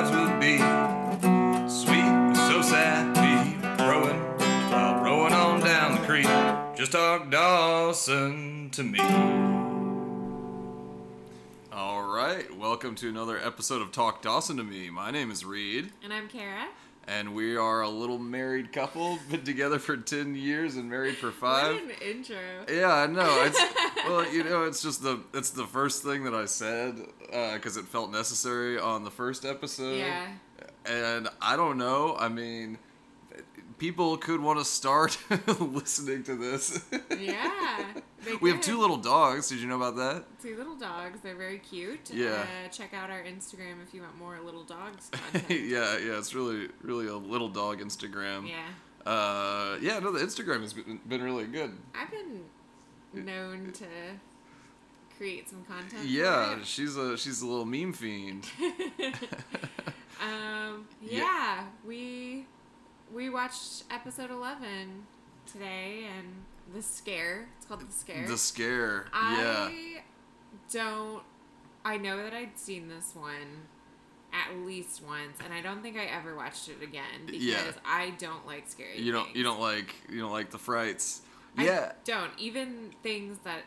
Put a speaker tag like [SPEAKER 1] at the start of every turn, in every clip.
[SPEAKER 1] uh, Just talk Dawson to me.
[SPEAKER 2] All right, welcome to another episode of Talk Dawson to Me. My name is Reed,
[SPEAKER 3] And I'm Kara.
[SPEAKER 2] and we are a little married couple, been together for 10 years and married for
[SPEAKER 3] What
[SPEAKER 2] five. Uh,
[SPEAKER 3] an intro.
[SPEAKER 2] Yeah, I know. It's well, you know, it's just the it's the first thing that I said because it felt necessary on the first episode.
[SPEAKER 3] Yeah.
[SPEAKER 2] and I don't know. I mean, people could want to start listening to this.
[SPEAKER 3] Yeah. They
[SPEAKER 2] we have
[SPEAKER 3] could.
[SPEAKER 2] two little dogs. Did you know about that?
[SPEAKER 3] two little dogs. They're very cute.
[SPEAKER 2] Yeah.
[SPEAKER 3] Uh, check out our Instagram if you want more little dogs content.
[SPEAKER 2] yeah, yeah, it's really, really a little dog Instagram.
[SPEAKER 3] yeah.
[SPEAKER 2] Uh, yeah, no, the Instagram has been, been really good.
[SPEAKER 3] I've been known to create some content. for
[SPEAKER 2] Yeah,
[SPEAKER 3] it.
[SPEAKER 2] she's a she's a little meme fiend.
[SPEAKER 3] Um,
[SPEAKER 2] Yeah.
[SPEAKER 3] yeah, we we watched episode 11 today and the scare. It's called the scare.
[SPEAKER 2] the scare.
[SPEAKER 3] I don't. I know that I'd seen this one at least once, and I don't think I ever watched it again because
[SPEAKER 2] Yeah.
[SPEAKER 3] I don't like scary.
[SPEAKER 2] yeah, you don't
[SPEAKER 3] things.
[SPEAKER 2] you don't like you don't like the frights.
[SPEAKER 3] I
[SPEAKER 2] Yeah,
[SPEAKER 3] don't even things that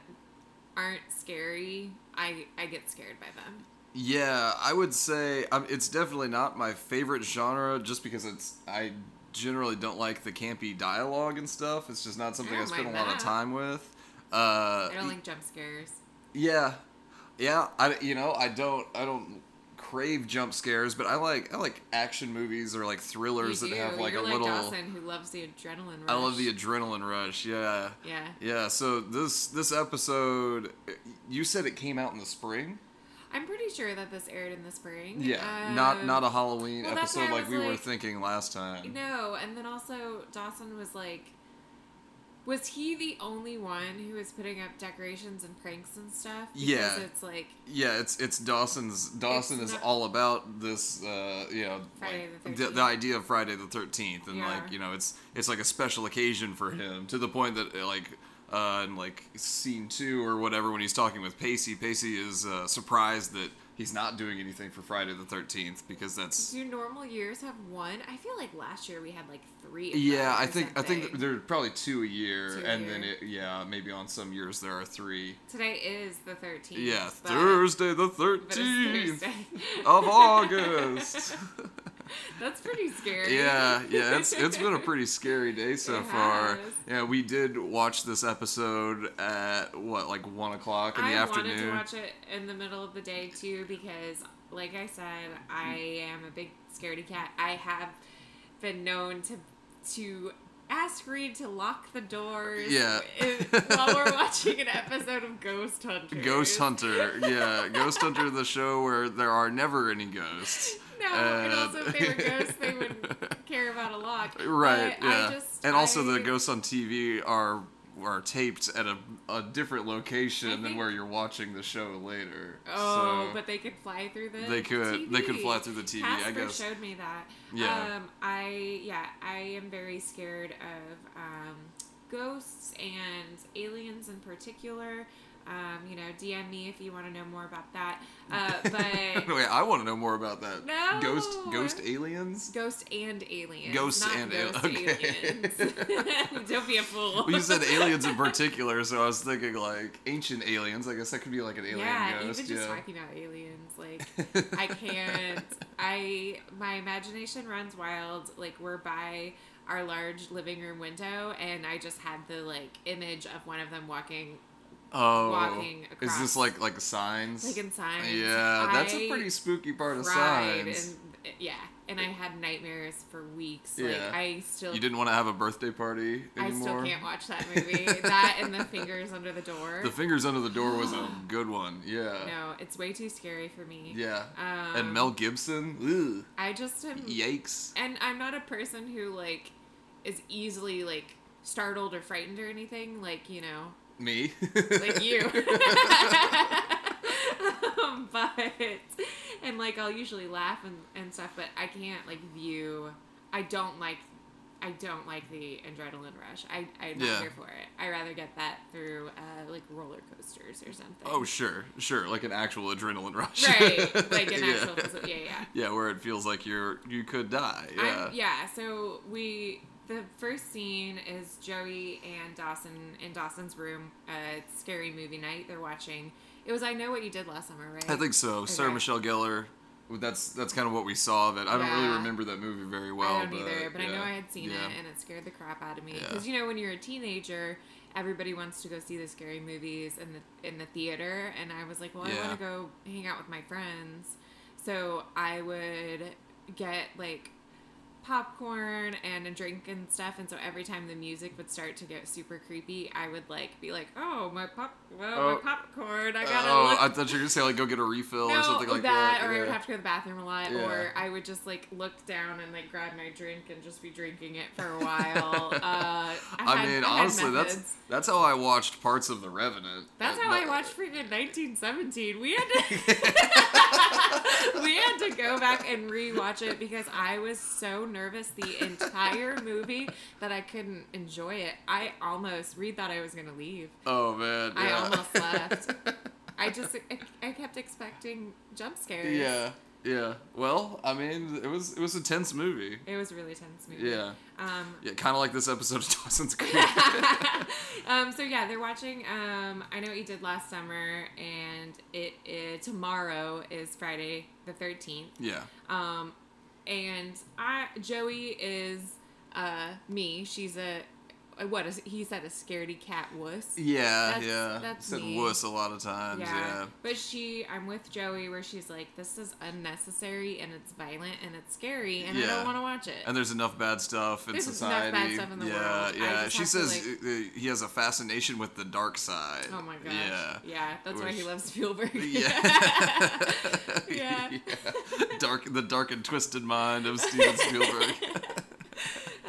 [SPEAKER 3] aren't scary. I I get scared by them.
[SPEAKER 2] Yeah, I would say um, it's definitely not my favorite genre, just because it's I generally don't like the campy dialogue and stuff. It's just not something
[SPEAKER 3] I
[SPEAKER 2] I,
[SPEAKER 3] don't
[SPEAKER 2] spend a
[SPEAKER 3] mind
[SPEAKER 2] lot of
[SPEAKER 3] that.
[SPEAKER 2] time with. Uh,
[SPEAKER 3] I don't like jump scares.
[SPEAKER 2] yeah, yeah. I you know I don't I don't crave jump scares, but I like I like action movies or like
[SPEAKER 3] You
[SPEAKER 2] thrillers
[SPEAKER 3] do.
[SPEAKER 2] that have like
[SPEAKER 3] You're
[SPEAKER 2] a
[SPEAKER 3] like
[SPEAKER 2] little.
[SPEAKER 3] Dawson who loves the adrenaline rush.
[SPEAKER 2] I love the adrenaline rush. Yeah,
[SPEAKER 3] yeah.
[SPEAKER 2] yeah. So this this episode, you said it came out in the spring.
[SPEAKER 3] I'm pretty sure that this aired in the spring.
[SPEAKER 2] Yeah, not
[SPEAKER 3] Um,
[SPEAKER 2] not a Halloween
[SPEAKER 3] well, that's why
[SPEAKER 2] episode
[SPEAKER 3] I
[SPEAKER 2] like
[SPEAKER 3] was
[SPEAKER 2] we were
[SPEAKER 3] like-
[SPEAKER 2] thinking last time.
[SPEAKER 3] No, and then also Dawson was like, was he the only one who was putting up decorations and pranks and stuff? Because
[SPEAKER 2] Yeah.
[SPEAKER 3] it's like
[SPEAKER 2] Yeah, it's it's Dawson's. Dawson
[SPEAKER 3] It's
[SPEAKER 2] is
[SPEAKER 3] not-
[SPEAKER 2] all about this. Uh, you know,
[SPEAKER 3] Friday
[SPEAKER 2] like,
[SPEAKER 3] the
[SPEAKER 2] the, the
[SPEAKER 3] 13th.
[SPEAKER 2] idea of Friday the Thirteenth, and
[SPEAKER 3] Yeah.
[SPEAKER 2] like you know, it's it's like a special occasion for him to the point that uh, like. Uh, in like scene two or whatever, when he's talking with Pacey, Pacey is uh, surprised that he's not doing anything for Friday the Thirteenth because that's
[SPEAKER 3] do normal years have one? I feel like last year we had like three. of
[SPEAKER 2] yeah.
[SPEAKER 3] those
[SPEAKER 2] I
[SPEAKER 3] or
[SPEAKER 2] think I think
[SPEAKER 3] something.
[SPEAKER 2] there are probably two a year,
[SPEAKER 3] Two a
[SPEAKER 2] and then
[SPEAKER 3] year.
[SPEAKER 2] it, yeah, maybe on some years there are three.
[SPEAKER 3] today is the thirteenth.
[SPEAKER 2] Yeah, Oh. Thursday the
[SPEAKER 3] But it's
[SPEAKER 2] thirteenth
[SPEAKER 3] Thursday.
[SPEAKER 2] of August.
[SPEAKER 3] That's pretty scary.
[SPEAKER 2] yeah, yeah, it's it's been a pretty scary day so
[SPEAKER 3] It
[SPEAKER 2] far.
[SPEAKER 3] has.
[SPEAKER 2] Yeah, we did watch this episode at what like one o'clock in the
[SPEAKER 3] I
[SPEAKER 2] afternoon.
[SPEAKER 3] wanted to watch it in the middle of the day too because, like I said, I am a big scaredy cat. I have been known to to ask Reed to lock the doors.
[SPEAKER 2] Yeah.
[SPEAKER 3] in- while we're watching an episode of Ghost Hunter.
[SPEAKER 2] Ghost Hunter, yeah, Ghost Hunter, the show where there are never any ghosts.
[SPEAKER 3] No, and also if they were
[SPEAKER 2] And-
[SPEAKER 3] ghosts, they would care about a lock.
[SPEAKER 2] Right,
[SPEAKER 3] But
[SPEAKER 2] yeah,
[SPEAKER 3] I just,
[SPEAKER 2] and also the
[SPEAKER 3] I-
[SPEAKER 2] ghosts on TV are are taped at a, a different location
[SPEAKER 3] I
[SPEAKER 2] than
[SPEAKER 3] think-
[SPEAKER 2] where you're watching the show later.
[SPEAKER 3] Oh,
[SPEAKER 2] so.
[SPEAKER 3] but they could fly through the.
[SPEAKER 2] They could- they could
[SPEAKER 3] TV.
[SPEAKER 2] fly through the TV, I
[SPEAKER 3] Casper
[SPEAKER 2] guess.
[SPEAKER 3] showed me that.
[SPEAKER 2] Yeah.
[SPEAKER 3] Um, I yeah, I am very scared of um, ghosts and aliens in particular. Um, you know, DM me if you want to know more about that. Uh, but
[SPEAKER 2] Wait, I want to know more about that.
[SPEAKER 3] No.
[SPEAKER 2] Ghost ghost aliens?
[SPEAKER 3] ghost and aliens.
[SPEAKER 2] Ghosts
[SPEAKER 3] not
[SPEAKER 2] and al-
[SPEAKER 3] ghost
[SPEAKER 2] okay.
[SPEAKER 3] aliens. Don't be a fool.
[SPEAKER 2] Well, you said aliens in particular, so I was thinking like ancient aliens. I guess that could be like an alien
[SPEAKER 3] yeah,
[SPEAKER 2] ghost.
[SPEAKER 3] even just
[SPEAKER 2] yeah.
[SPEAKER 3] talking about aliens, like I can't. I my imagination runs wild. Like we're by our large living room window, and I just had the like image of one of them walking,
[SPEAKER 2] oh,
[SPEAKER 3] walking
[SPEAKER 2] is this
[SPEAKER 3] across-
[SPEAKER 2] like like signs?
[SPEAKER 3] like in signs.
[SPEAKER 2] Yeah, that's a
[SPEAKER 3] I
[SPEAKER 2] pretty spooky part of
[SPEAKER 3] cried
[SPEAKER 2] signs.
[SPEAKER 3] and yeah, and I had nightmares for weeks.
[SPEAKER 2] Yeah.
[SPEAKER 3] Like I still.
[SPEAKER 2] You didn't want to have a birthday party
[SPEAKER 3] I still
[SPEAKER 2] anymore.
[SPEAKER 3] can't watch that movie. that and the fingers under the door.
[SPEAKER 2] The fingers under the door was a good one. Yeah.
[SPEAKER 3] no, it's way too scary for me.
[SPEAKER 2] Yeah.
[SPEAKER 3] Um,
[SPEAKER 2] and Mel Gibson.
[SPEAKER 3] I just am
[SPEAKER 2] Ugh. Yikes.
[SPEAKER 3] And I'm not a person who like is easily like startled or frightened or anything. Like you know,
[SPEAKER 2] Me.
[SPEAKER 3] like you. Um, but and like I'll usually laugh and, and stuff, but I can't like view. I don't like. I don't like the adrenaline rush. I, I'm not
[SPEAKER 2] Yeah.
[SPEAKER 3] here for it. I rather get that through uh, like roller coasters or something.
[SPEAKER 2] Oh sure, sure, like an actual adrenaline rush.
[SPEAKER 3] right, like an
[SPEAKER 2] Yeah.
[SPEAKER 3] actual. Yeah, yeah.
[SPEAKER 2] Yeah, where it feels like you're you could die. Yeah.
[SPEAKER 3] I'm, yeah. So we the first scene is Joey and Dawson in Dawson's room. Uh, it's scary movie night. They're watching. It was I Know What You Did Last Summer, right?
[SPEAKER 2] I think so. Sarah
[SPEAKER 3] Okay.
[SPEAKER 2] Michelle Gellar. well, That's that's kind of what we saw of it. I don't really
[SPEAKER 3] Yeah.
[SPEAKER 2] remember that movie very well.
[SPEAKER 3] I don't
[SPEAKER 2] but,
[SPEAKER 3] either, but I know
[SPEAKER 2] yeah,
[SPEAKER 3] I had seen
[SPEAKER 2] yeah.
[SPEAKER 3] it and it scared the crap out of me.
[SPEAKER 2] Yeah.
[SPEAKER 3] Because you know, when you're a teenager, everybody wants to go see the scary movies in the in the theater, and I was like, well, I
[SPEAKER 2] Yeah.
[SPEAKER 3] want to go hang out with my friends, so I would get like popcorn and a drink and stuff and so every time the music would start to get super creepy i would like be like oh my pop well
[SPEAKER 2] Oh.
[SPEAKER 3] my popcorn i gotta
[SPEAKER 2] Oh,
[SPEAKER 3] look
[SPEAKER 2] I thought you were gonna say like go get a refill
[SPEAKER 3] no,
[SPEAKER 2] or something like
[SPEAKER 3] that,
[SPEAKER 2] that.
[SPEAKER 3] or I would
[SPEAKER 2] yeah.
[SPEAKER 3] have to go to the bathroom a lot,
[SPEAKER 2] Yeah.
[SPEAKER 3] or I would just like look down and like grab my drink and just be drinking it for a while. uh, I,
[SPEAKER 2] I
[SPEAKER 3] had-
[SPEAKER 2] mean,
[SPEAKER 3] I had
[SPEAKER 2] honestly, that's
[SPEAKER 3] methods.
[SPEAKER 2] that's how I watched parts of The Revenant.
[SPEAKER 3] that's
[SPEAKER 2] Uh,
[SPEAKER 3] how I
[SPEAKER 2] no-
[SPEAKER 3] watched freaking 1917. We had to we had to go back and rewatch it because I was so nervous the entire movie that I couldn't enjoy it. I almost Reed thought I was gonna leave.
[SPEAKER 2] Oh man,
[SPEAKER 3] I
[SPEAKER 2] yeah.
[SPEAKER 3] almost left. I just I, I kept expecting jump scares.
[SPEAKER 2] yeah, yeah. Well, I mean, it was it was a tense movie.
[SPEAKER 3] It was a really tense movie.
[SPEAKER 2] Yeah,
[SPEAKER 3] Um,
[SPEAKER 2] yeah, kind of like this episode of Dawson's Creek.
[SPEAKER 3] um, so yeah, they're watching. Um, I know what you did last summer, and it, it tomorrow is Friday the thirteenth.
[SPEAKER 2] yeah,
[SPEAKER 3] Um, and I Joey is uh me. She's a a- what is he said a scaredy cat wuss.
[SPEAKER 2] yeah,
[SPEAKER 3] That's-
[SPEAKER 2] yeah.
[SPEAKER 3] that's
[SPEAKER 2] Said
[SPEAKER 3] me.
[SPEAKER 2] wuss a lot of times. Yeah,
[SPEAKER 3] But she, I'm with Joey where she's like, this is unnecessary and it's violent and it's scary and I
[SPEAKER 2] Yeah.
[SPEAKER 3] don't want to watch it.
[SPEAKER 2] and there's enough bad stuff in
[SPEAKER 3] There's enough
[SPEAKER 2] society.
[SPEAKER 3] bad stuff in the
[SPEAKER 2] yeah,
[SPEAKER 3] world. I
[SPEAKER 2] yeah.
[SPEAKER 3] just
[SPEAKER 2] She
[SPEAKER 3] have to,
[SPEAKER 2] says uh, uh, he has a fascination with the dark side.
[SPEAKER 3] oh my gosh.
[SPEAKER 2] Yeah.
[SPEAKER 3] that's why he
[SPEAKER 2] Which-
[SPEAKER 3] loves Spielberg.
[SPEAKER 2] Yeah.
[SPEAKER 3] Yeah.
[SPEAKER 2] Dark the dark and twisted mind of Steven Spielberg.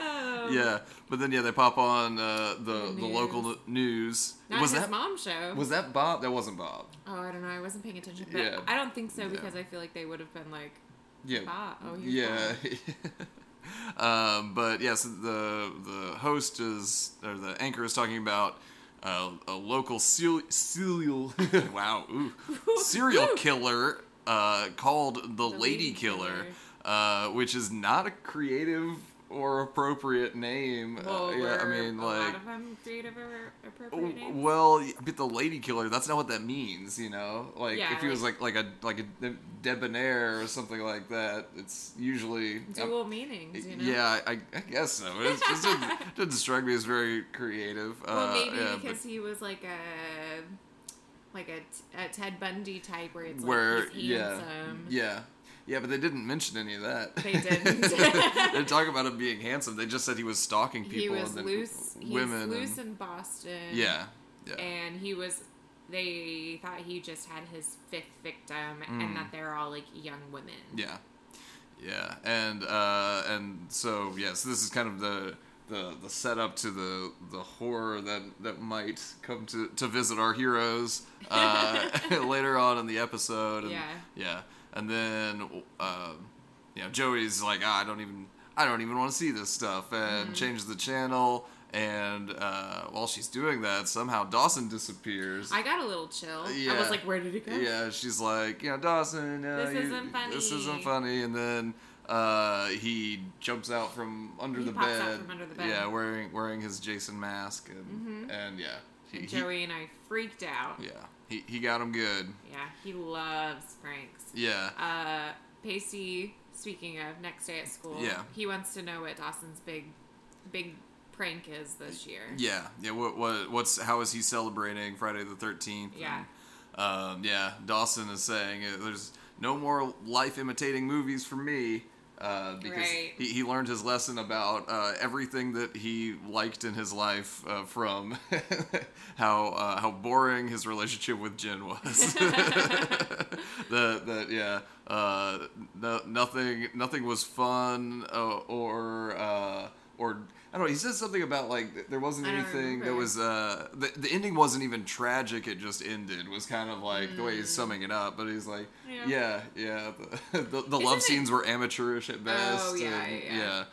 [SPEAKER 3] Oh.
[SPEAKER 2] yeah. But then yeah, they pop on uh, the
[SPEAKER 3] The
[SPEAKER 2] the local
[SPEAKER 3] news.
[SPEAKER 2] n- news.
[SPEAKER 3] Not
[SPEAKER 2] was
[SPEAKER 3] his
[SPEAKER 2] that
[SPEAKER 3] mom show.
[SPEAKER 2] was that Bob? That wasn't Bob.
[SPEAKER 3] oh, I don't know. I wasn't paying attention. But
[SPEAKER 2] Yeah.
[SPEAKER 3] I don't think so
[SPEAKER 2] Yeah.
[SPEAKER 3] because I feel like they would have been like,
[SPEAKER 2] Yeah.
[SPEAKER 3] Bob. Oh, he's
[SPEAKER 2] yeah. um, but yes, the the host is or the anchor is talking about uh, a local cereal cereal wow ooh, serial killer uh, called the, Lady,
[SPEAKER 3] Lady
[SPEAKER 2] Killer,
[SPEAKER 3] Killer.
[SPEAKER 2] uh, which is not a creative or appropriate name. Uh,
[SPEAKER 3] well,
[SPEAKER 2] yeah, I
[SPEAKER 3] were
[SPEAKER 2] mean
[SPEAKER 3] a
[SPEAKER 2] like.
[SPEAKER 3] lot of them creative or appropriate
[SPEAKER 2] w-
[SPEAKER 3] names?
[SPEAKER 2] Well, y- but the lady killer, that's not what that means, you know? Like
[SPEAKER 3] Yeah,
[SPEAKER 2] if he was like like a like a debonair or something like that, it's usually
[SPEAKER 3] Dual meanings, you know?
[SPEAKER 2] yeah, I, I guess so. It just didn't, it didn't strike me as very creative.
[SPEAKER 3] Well,
[SPEAKER 2] uh,
[SPEAKER 3] maybe
[SPEAKER 2] yeah, but-
[SPEAKER 3] because he was like a like a, t- a Ted Bundy type where it's
[SPEAKER 2] where
[SPEAKER 3] like he's
[SPEAKER 2] yeah,
[SPEAKER 3] handsome.
[SPEAKER 2] yeah, yeah, but they didn't mention any of that.
[SPEAKER 3] They didn't.
[SPEAKER 2] they didn't talk about him being handsome. They just said he was stalking people.
[SPEAKER 3] He was
[SPEAKER 2] and then
[SPEAKER 3] loose. He was
[SPEAKER 2] Women. and-
[SPEAKER 3] loose in Boston.
[SPEAKER 2] yeah, yeah,
[SPEAKER 3] And he was. They thought he just had his fifth victim,
[SPEAKER 2] Mm.
[SPEAKER 3] and that they're all like young women.
[SPEAKER 2] yeah, yeah, and uh, and so yes, this is kind of the. The, the setup to the the horror that that might come to, to visit our heroes uh, later on in the episode. And,
[SPEAKER 3] Yeah.
[SPEAKER 2] Yeah, and then um, you know Joey's like, ah, I don't even, I don't even want to see this stuff, and changes the channel. And uh, while she's doing that, somehow Dawson disappears.
[SPEAKER 3] I got a little chill. I
[SPEAKER 2] Yeah.
[SPEAKER 3] was like, "Where did it go?"
[SPEAKER 2] yeah, she's like, you know, Dawson, uh,
[SPEAKER 3] This
[SPEAKER 2] you-
[SPEAKER 3] isn't funny."
[SPEAKER 2] This isn't funny. And then uh, he jumps out from under
[SPEAKER 3] He
[SPEAKER 2] the
[SPEAKER 3] pops
[SPEAKER 2] bed.
[SPEAKER 3] out from under the bed. Mm-hmm.
[SPEAKER 2] Yeah, wearing wearing his Jason mask, and and yeah, he,
[SPEAKER 3] And
[SPEAKER 2] he-
[SPEAKER 3] Joey and I freaked out.
[SPEAKER 2] yeah, he he got him good.
[SPEAKER 3] Yeah, he loves pranks.
[SPEAKER 2] Yeah.
[SPEAKER 3] Uh, Pacey, speaking of next day at school,
[SPEAKER 2] Yeah.
[SPEAKER 3] he wants to know what Dawson's big, big prank is this year.
[SPEAKER 2] Yeah, yeah. What what what's how is he celebrating Friday the Thirteenth?
[SPEAKER 3] Yeah.
[SPEAKER 2] um, yeah. Dawson is saying uh, there's no more life imitating movies for me. Uh, because
[SPEAKER 3] Right.
[SPEAKER 2] he, he learned his lesson about uh, everything that he liked in his life uh, from how uh, how boring his relationship with Jen was. that that yeah, uh, no, nothing nothing was fun uh, or uh, or I don't know. He said something about like th- there wasn't
[SPEAKER 3] I don't
[SPEAKER 2] anything that
[SPEAKER 3] remember.
[SPEAKER 2] was uh, the the ending wasn't even tragic. It just ended was kind of like the way he's summing it up. But he's like,
[SPEAKER 3] Mm. Yeah.
[SPEAKER 2] yeah, yeah. The, the, the
[SPEAKER 3] Isn't
[SPEAKER 2] love
[SPEAKER 3] it- Oh,
[SPEAKER 2] scenes were amateurish at best.
[SPEAKER 3] yeah,
[SPEAKER 2] and,
[SPEAKER 3] yeah, yeah.
[SPEAKER 2] yeah,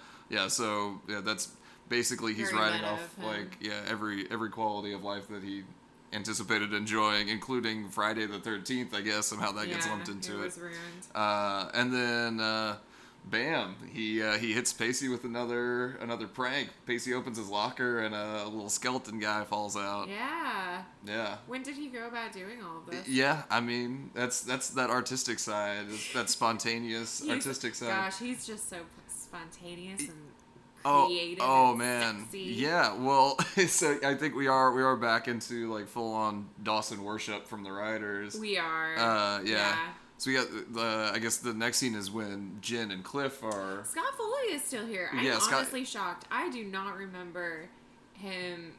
[SPEAKER 2] yeah. So yeah, that's basically he's
[SPEAKER 3] Very
[SPEAKER 2] writing
[SPEAKER 3] meta
[SPEAKER 2] off
[SPEAKER 3] of him.
[SPEAKER 2] like yeah every every quality of life that he anticipated enjoying, including Friday the Thirteenth. I guess somehow that gets lumped into
[SPEAKER 3] it.
[SPEAKER 2] it.
[SPEAKER 3] was ruined.
[SPEAKER 2] Uh, and then uh, bam, he uh, he hits Pacey with another another prank. Pacey opens his locker and a little skeleton guy falls out.
[SPEAKER 3] Yeah.
[SPEAKER 2] Yeah.
[SPEAKER 3] When did he go about doing all of this?
[SPEAKER 2] Yeah, I mean that's that's that artistic side, is that spontaneous
[SPEAKER 3] He's-
[SPEAKER 2] artistic side.
[SPEAKER 3] Gosh, he's just so spontaneous and
[SPEAKER 2] oh,
[SPEAKER 3] creative.
[SPEAKER 2] oh
[SPEAKER 3] and
[SPEAKER 2] man,
[SPEAKER 3] sexy.
[SPEAKER 2] yeah. Well, so I think we are we are back into like full on Dawson worship from the writers.
[SPEAKER 3] We are.
[SPEAKER 2] Uh, yeah. So we got the. I guess the next scene is when Jin and Cliff are.
[SPEAKER 3] Scott Foley is still here. I'm
[SPEAKER 2] Yeah, Scott-
[SPEAKER 3] honestly shocked. I do not remember him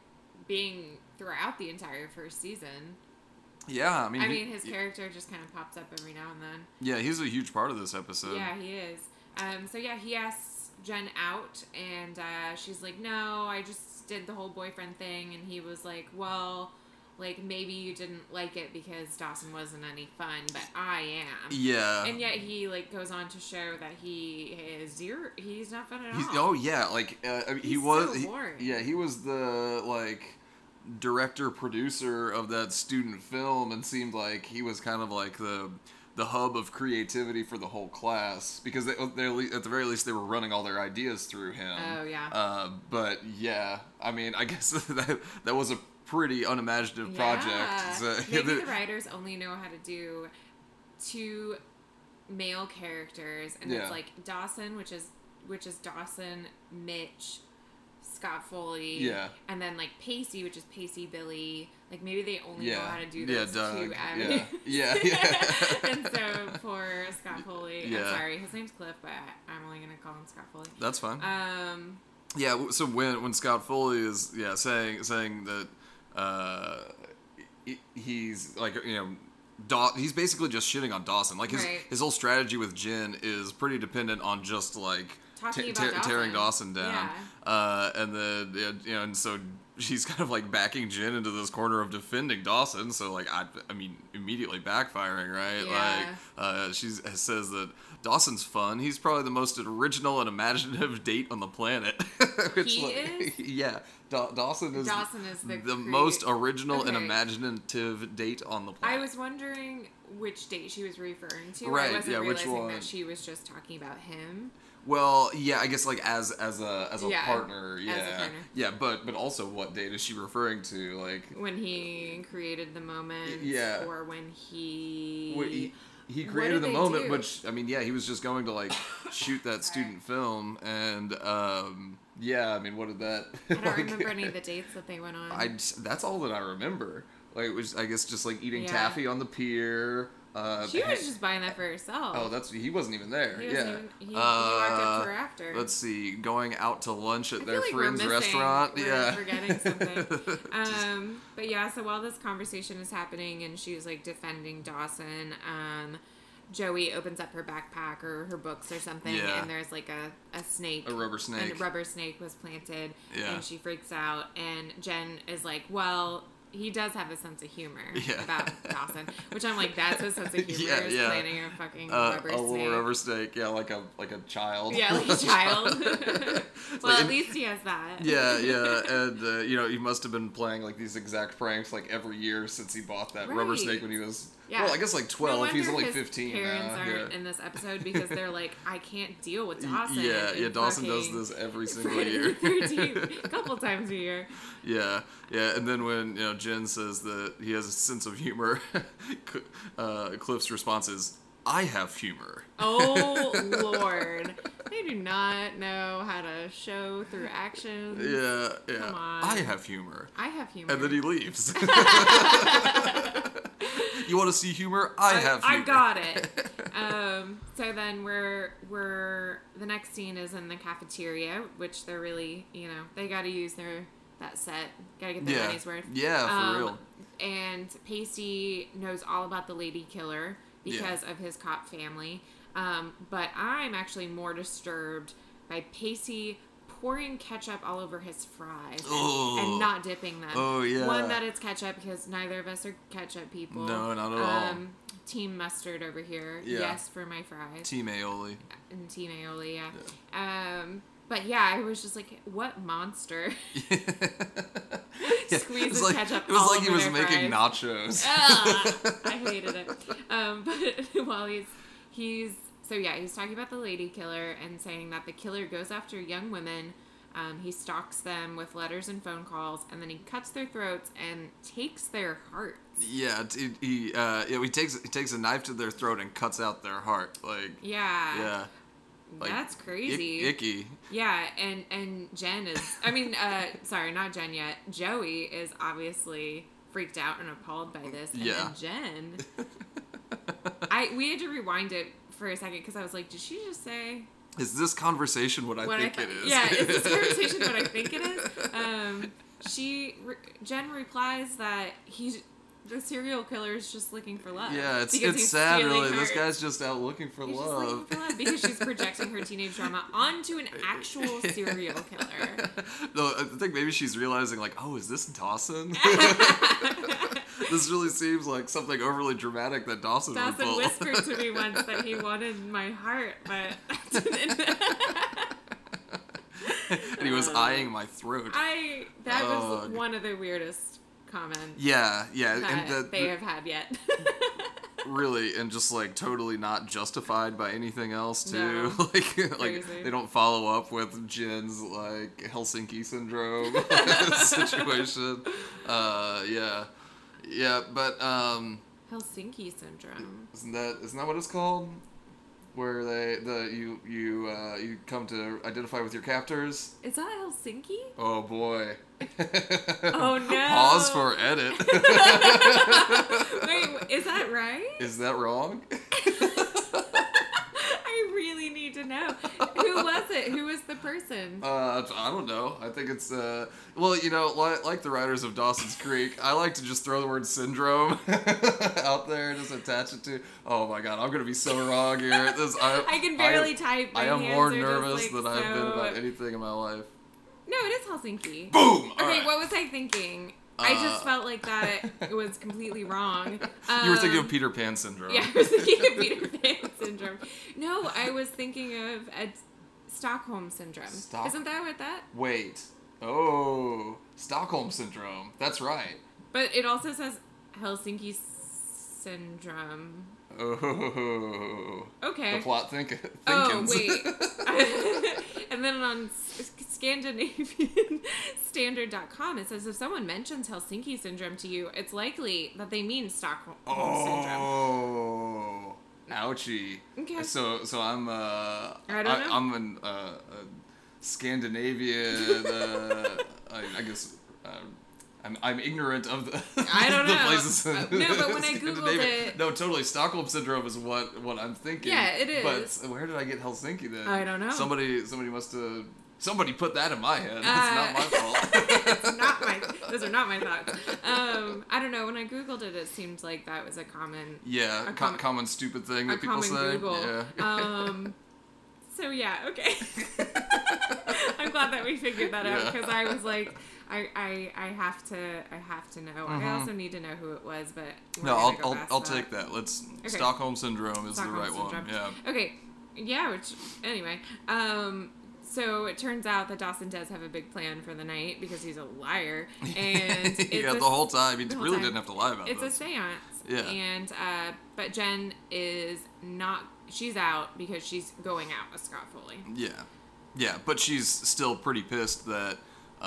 [SPEAKER 3] being throughout the entire first season.
[SPEAKER 2] Yeah, I mean.
[SPEAKER 3] I
[SPEAKER 2] he-
[SPEAKER 3] mean, his character just kind of pops up every now and then.
[SPEAKER 2] Yeah, he's a huge part of this episode.
[SPEAKER 3] Yeah, he is. Um, so yeah, he asks Jen out, and uh, she's like, "No, I just did the whole boyfriend thing," and he was like, "Well." Like maybe you didn't like it because Dawson wasn't any fun, but I am.
[SPEAKER 2] Yeah.
[SPEAKER 3] And yet he like goes on to show that he is zero. He's not fun at all.
[SPEAKER 2] He's- oh yeah, like uh, I mean, he
[SPEAKER 3] He's
[SPEAKER 2] was.
[SPEAKER 3] so
[SPEAKER 2] he-
[SPEAKER 3] boring.
[SPEAKER 2] yeah, he was the like director producer of that student film, and seemed like he was kind of like the the hub of creativity for the whole class because they, they at the very least they were running all their ideas through him.
[SPEAKER 3] Oh, yeah.
[SPEAKER 2] Uh, but yeah, I mean, I guess that that was a pretty unimaginative
[SPEAKER 3] Yeah.
[SPEAKER 2] project. So-
[SPEAKER 3] Maybe the writers only know how to do two male characters, and
[SPEAKER 2] Yeah.
[SPEAKER 3] it's like Dawson, which is which is Dawson, Mitch, Scott Foley,
[SPEAKER 2] Yeah.
[SPEAKER 3] and then like Pacey, which is Pacey Billy. Like maybe they only know
[SPEAKER 2] yeah.
[SPEAKER 3] how to do
[SPEAKER 2] yeah,
[SPEAKER 3] those
[SPEAKER 2] Doug.
[SPEAKER 3] two avenues.
[SPEAKER 2] Yeah. Yeah. Yeah.
[SPEAKER 3] and so poor Scott Foley. I'm
[SPEAKER 2] Yeah.
[SPEAKER 3] sorry, his name's Cliff, but I'm only gonna call him Scott Foley.
[SPEAKER 2] That's fine.
[SPEAKER 3] Um,
[SPEAKER 2] Yeah, w- so when when Scott Foley is yeah saying saying that uh, he- he's like you know Daw- he's basically just shitting on Dawson. Like his
[SPEAKER 3] Right.
[SPEAKER 2] his whole strategy with Jin is pretty dependent on just like
[SPEAKER 3] Talking
[SPEAKER 2] te-
[SPEAKER 3] about
[SPEAKER 2] te- tearing Dawson
[SPEAKER 3] Dawson.
[SPEAKER 2] down. Uh, and then yeah, you know and so she's kind of like backing Jin into this corner of defending Dawson. So like I I mean immediately backfiring right like.
[SPEAKER 3] Yeah.
[SPEAKER 2] Uh, she says that Dawson's fun. He's probably the most original and imaginative date on the planet. Which,
[SPEAKER 3] He is?
[SPEAKER 2] Yeah, Da- Dawson is
[SPEAKER 3] Dawson is the crea-
[SPEAKER 2] most original and
[SPEAKER 3] Okay.
[SPEAKER 2] imaginative date on the
[SPEAKER 3] I
[SPEAKER 2] planet.
[SPEAKER 3] was wondering which date she was referring to.
[SPEAKER 2] Right,
[SPEAKER 3] I wasn't
[SPEAKER 2] yeah, which
[SPEAKER 3] realizing
[SPEAKER 2] one?
[SPEAKER 3] that she was just talking about him.
[SPEAKER 2] well, yeah, I guess like as as a as a
[SPEAKER 3] Yeah,
[SPEAKER 2] partner,
[SPEAKER 3] as a
[SPEAKER 2] yeah,
[SPEAKER 3] partner.
[SPEAKER 2] yeah, but but also what date is she referring to? Like
[SPEAKER 3] When he created the moment.
[SPEAKER 2] Yeah.
[SPEAKER 3] Or when he.
[SPEAKER 2] Wait, he, he
[SPEAKER 3] What
[SPEAKER 2] created
[SPEAKER 3] did
[SPEAKER 2] the
[SPEAKER 3] they
[SPEAKER 2] moment,
[SPEAKER 3] do?
[SPEAKER 2] which I mean, yeah, he was just going to like shoot that
[SPEAKER 3] Sorry.
[SPEAKER 2] student film, and um, yeah, I mean, what did that?
[SPEAKER 3] I don't remember any of the dates that they went on.
[SPEAKER 2] I just- that's all that I remember. Like it was, I guess, just like eating
[SPEAKER 3] Yeah.
[SPEAKER 2] taffy on the pier. Uh,
[SPEAKER 3] she
[SPEAKER 2] hey-
[SPEAKER 3] was just buying that for herself.
[SPEAKER 2] oh, that's he wasn't even there.
[SPEAKER 3] He
[SPEAKER 2] yeah.
[SPEAKER 3] wasn't even- he- he walked up to her
[SPEAKER 2] Uh,
[SPEAKER 3] after.
[SPEAKER 2] Let's see, going out to lunch at
[SPEAKER 3] I
[SPEAKER 2] their
[SPEAKER 3] feel like we're
[SPEAKER 2] friend's
[SPEAKER 3] missing-
[SPEAKER 2] restaurant.
[SPEAKER 3] we're
[SPEAKER 2] yeah,
[SPEAKER 3] forgetting something. um, but yeah, so while this conversation is happening and she's like defending Dawson, um, Joey opens up her backpack or her books or something,
[SPEAKER 2] Yeah.
[SPEAKER 3] and there's like a, a snake.
[SPEAKER 2] A rubber
[SPEAKER 3] A
[SPEAKER 2] snake.
[SPEAKER 3] rubber snake was planted,
[SPEAKER 2] Yeah.
[SPEAKER 3] and she freaks out. And Jen is like, Well, he does have a sense of humor
[SPEAKER 2] Yeah.
[SPEAKER 3] about Dawson, which I'm like, That's his sense of humor,
[SPEAKER 2] Yeah,
[SPEAKER 3] is
[SPEAKER 2] yeah.
[SPEAKER 3] planting a fucking
[SPEAKER 2] Uh,
[SPEAKER 3] rubber
[SPEAKER 2] a
[SPEAKER 3] snake.
[SPEAKER 2] little rubber snake. Yeah, like a like a child.
[SPEAKER 3] yeah, like a child. well,
[SPEAKER 2] Like,
[SPEAKER 3] at least he has that.
[SPEAKER 2] Yeah, yeah, and uh, you know he must have been playing like these exact pranks like every year since he bought that rubber
[SPEAKER 3] Right.
[SPEAKER 2] snake when he was
[SPEAKER 3] Yeah.
[SPEAKER 2] well, I guess like twelve.
[SPEAKER 3] No
[SPEAKER 2] He's
[SPEAKER 3] wonder
[SPEAKER 2] only
[SPEAKER 3] his
[SPEAKER 2] fifteen
[SPEAKER 3] Parents
[SPEAKER 2] now.
[SPEAKER 3] aren't
[SPEAKER 2] yeah.
[SPEAKER 3] in this episode because they're like, I can't deal with
[SPEAKER 2] Y-
[SPEAKER 3] Dawson.
[SPEAKER 2] yeah, yeah.
[SPEAKER 3] in
[SPEAKER 2] Dawson does
[SPEAKER 3] fucking
[SPEAKER 2] this every single
[SPEAKER 3] Friday
[SPEAKER 2] year.
[SPEAKER 3] the 13th, a couple times a year.
[SPEAKER 2] Yeah, yeah, and then when you know Jen says that he has a sense of humor, Cl- uh, Cliff's response is, "I have humor."
[SPEAKER 3] Oh lord, they do not know how to show through action.
[SPEAKER 2] Yeah, yeah,
[SPEAKER 3] Come on.
[SPEAKER 2] I have humor,
[SPEAKER 3] I have humor.
[SPEAKER 2] and then he leaves. you want to see humor? I, have.
[SPEAKER 3] I
[SPEAKER 2] humor.
[SPEAKER 3] got it. Um, so then we're we're the next scene is in the cafeteria, which they're really you know they got to use their that set, got to get their
[SPEAKER 2] Yeah.
[SPEAKER 3] money's worth.
[SPEAKER 2] Yeah, Oh, for
[SPEAKER 3] Um,
[SPEAKER 2] real.
[SPEAKER 3] And Pacey knows all about the lady killer because of his cop family. Um, but I'm actually more disturbed by Pacey pouring ketchup all over his fries and, and
[SPEAKER 2] Ugh.
[SPEAKER 3] not dipping them.
[SPEAKER 2] Oh, yeah.
[SPEAKER 3] One that it's ketchup because neither of us are ketchup people. Um,
[SPEAKER 2] No, not at all.
[SPEAKER 3] Team mustard over here.
[SPEAKER 2] Yeah.
[SPEAKER 3] Yes, for my fries
[SPEAKER 2] Team Aioli.
[SPEAKER 3] and team aioli. Yeah. Um, but yeah, I was just like, what monster?
[SPEAKER 2] Yeah,
[SPEAKER 3] Squeeze
[SPEAKER 2] it was
[SPEAKER 3] his
[SPEAKER 2] like,
[SPEAKER 3] ketchup
[SPEAKER 2] It was
[SPEAKER 3] all
[SPEAKER 2] like he
[SPEAKER 3] over
[SPEAKER 2] was
[SPEAKER 3] their
[SPEAKER 2] making
[SPEAKER 3] fries.
[SPEAKER 2] nachos.
[SPEAKER 3] Ugh, I hated it. Um, but while he's he's so yeah, he's talking about the lady killer and saying that the killer goes after young women. Um, he stalks them with letters and phone calls, and then he cuts their throats and takes their hearts.
[SPEAKER 2] Yeah, it, it- he uh, yeah, he takes he takes a knife to their throat and cuts out their heart. Like
[SPEAKER 3] Yeah,
[SPEAKER 2] yeah, like,
[SPEAKER 3] that's
[SPEAKER 2] ick-
[SPEAKER 3] crazy.
[SPEAKER 2] icky.
[SPEAKER 3] Yeah, and and Jen is. I mean, uh, sorry, not Jen yet. Joey is obviously freaked out and appalled by this. And
[SPEAKER 2] Yeah.
[SPEAKER 3] then Jen. I we had to rewind it for a second because I was like, did she just say
[SPEAKER 2] Is this conversation what I
[SPEAKER 3] what
[SPEAKER 2] think
[SPEAKER 3] I
[SPEAKER 2] it
[SPEAKER 3] thought-
[SPEAKER 2] is?
[SPEAKER 3] Yeah, is this conversation what I think it is? Um, she re- Jen replies that he's the serial killer is just looking for love.
[SPEAKER 2] Yeah, it's
[SPEAKER 3] because
[SPEAKER 2] it's
[SPEAKER 3] he's
[SPEAKER 2] sad,
[SPEAKER 3] stealing
[SPEAKER 2] really. This
[SPEAKER 3] her-
[SPEAKER 2] guy's just out looking for
[SPEAKER 3] He's just looking
[SPEAKER 2] love.
[SPEAKER 3] for love because she's projecting her teenage drama onto an actual serial killer.
[SPEAKER 2] no, I think maybe she's realizing like, oh, is this Dawson? this really seems like something overly dramatic that Dawson, would
[SPEAKER 3] Dawson
[SPEAKER 2] pull.
[SPEAKER 3] whispered to me once that he wanted my heart, but
[SPEAKER 2] and he was
[SPEAKER 3] Uh,
[SPEAKER 2] eyeing my throat.
[SPEAKER 3] I that was
[SPEAKER 2] Ugh.
[SPEAKER 3] one of the weirdest comments
[SPEAKER 2] yeah, Oh, yeah,
[SPEAKER 3] that
[SPEAKER 2] and the,
[SPEAKER 3] they
[SPEAKER 2] the-
[SPEAKER 3] have had yet.
[SPEAKER 2] really, and just like totally not justified by anything else too.
[SPEAKER 3] No.
[SPEAKER 2] like, like
[SPEAKER 3] Crazy.
[SPEAKER 2] they don't follow up with Jen's like Helsinki syndrome situation. Uh, yeah, yeah, but um,
[SPEAKER 3] Helsinki syndrome.
[SPEAKER 2] isn't that isn't that what it's called? Where they the you you uh, you come to identify with your captors.
[SPEAKER 3] Is that Helsinki?
[SPEAKER 2] Oh boy.
[SPEAKER 3] Oh, no.
[SPEAKER 2] Pause for edit.
[SPEAKER 3] Wait, w- is that right?
[SPEAKER 2] Is that wrong?
[SPEAKER 3] I really need to know. Who was it? Who was the person?
[SPEAKER 2] Uh, I don't know. I think it's uh, well, you know, li- like the writers of Dawson's Creek, I like to just throw the word syndrome out there and just attach it to. Oh my god, I'm gonna be so wrong here. This I,
[SPEAKER 3] I can barely type. My
[SPEAKER 2] I am
[SPEAKER 3] hands
[SPEAKER 2] more
[SPEAKER 3] are just,
[SPEAKER 2] nervous
[SPEAKER 3] like,
[SPEAKER 2] than I've been
[SPEAKER 3] so-
[SPEAKER 2] about anything in my life.
[SPEAKER 3] No, it is Helsinki.
[SPEAKER 2] Boom.
[SPEAKER 3] Okay,
[SPEAKER 2] Alright.
[SPEAKER 3] what was I thinking? I just
[SPEAKER 2] Uh,
[SPEAKER 3] felt like that was completely wrong.
[SPEAKER 2] you were thinking of
[SPEAKER 3] Um,
[SPEAKER 2] Peter Pan syndrome.
[SPEAKER 3] Yeah, I was thinking of Peter Pan syndrome. No, I was thinking of Ed- Stockholm syndrome.
[SPEAKER 2] Stock-
[SPEAKER 3] Isn't that what that?
[SPEAKER 2] Wait. Oh, Stockholm syndrome. That's right.
[SPEAKER 3] But it also says Helsinki syndrome.
[SPEAKER 2] Oh.
[SPEAKER 3] Okay.
[SPEAKER 2] The plot think- thinkins.
[SPEAKER 3] oh wait. and then on S- Scandinavian Standard.com, it says if someone mentions Helsinki syndrome to you, it's likely that they mean Stockholm syndrome.
[SPEAKER 2] Oh, ouchie.
[SPEAKER 3] Okay.
[SPEAKER 2] So so I'm uh I
[SPEAKER 3] don't know.
[SPEAKER 2] am an uh, a Scandinavian. Uh, I, I guess uh, I'm I'm ignorant of the.
[SPEAKER 3] I don't
[SPEAKER 2] the
[SPEAKER 3] know.
[SPEAKER 2] places. in
[SPEAKER 3] Uh, no, but when I Googled
[SPEAKER 2] Scandinavia.
[SPEAKER 3] it-
[SPEAKER 2] No, totally. Stockholm syndrome is what what I'm thinking.
[SPEAKER 3] Yeah, it is.
[SPEAKER 2] But where did I get Helsinki then?
[SPEAKER 3] I don't know.
[SPEAKER 2] Somebody somebody must have. Somebody put that in my head. It's
[SPEAKER 3] Uh,
[SPEAKER 2] not my fault.
[SPEAKER 3] It's not my. Those are not my thoughts. Um, I don't know. When I googled it, it seemed like that was a common
[SPEAKER 2] yeah,
[SPEAKER 3] A
[SPEAKER 2] com-
[SPEAKER 3] common-
[SPEAKER 2] common stupid thing
[SPEAKER 3] a
[SPEAKER 2] that people
[SPEAKER 3] common
[SPEAKER 2] say.
[SPEAKER 3] Google.
[SPEAKER 2] Yeah.
[SPEAKER 3] Um, so yeah, okay. I'm glad that we figured that out
[SPEAKER 2] Yeah.
[SPEAKER 3] because I was like, I, I I have to I have to know. I also need to know who it was, but
[SPEAKER 2] Mm-hmm.
[SPEAKER 3] we're
[SPEAKER 2] No,
[SPEAKER 3] gonna
[SPEAKER 2] I'll,
[SPEAKER 3] go
[SPEAKER 2] I'll,
[SPEAKER 3] past
[SPEAKER 2] I'll take that. Let's Stockholm syndrome is
[SPEAKER 3] Stockholm
[SPEAKER 2] the right
[SPEAKER 3] syndrome.
[SPEAKER 2] one. Yeah.
[SPEAKER 3] Okay. Yeah. Which anyway. Um. So it turns out that Dawson does have a big plan for the night because he's a liar, and it's
[SPEAKER 2] yeah,
[SPEAKER 3] a
[SPEAKER 2] the whole time he
[SPEAKER 3] the whole
[SPEAKER 2] really
[SPEAKER 3] time.
[SPEAKER 2] didn't have to lie about
[SPEAKER 3] it's a
[SPEAKER 2] this.
[SPEAKER 3] seance.
[SPEAKER 2] Yeah.
[SPEAKER 3] And uh, but Jen is not. She's out because she's going out with Scott Foley.
[SPEAKER 2] yeah, yeah, but she's still pretty pissed that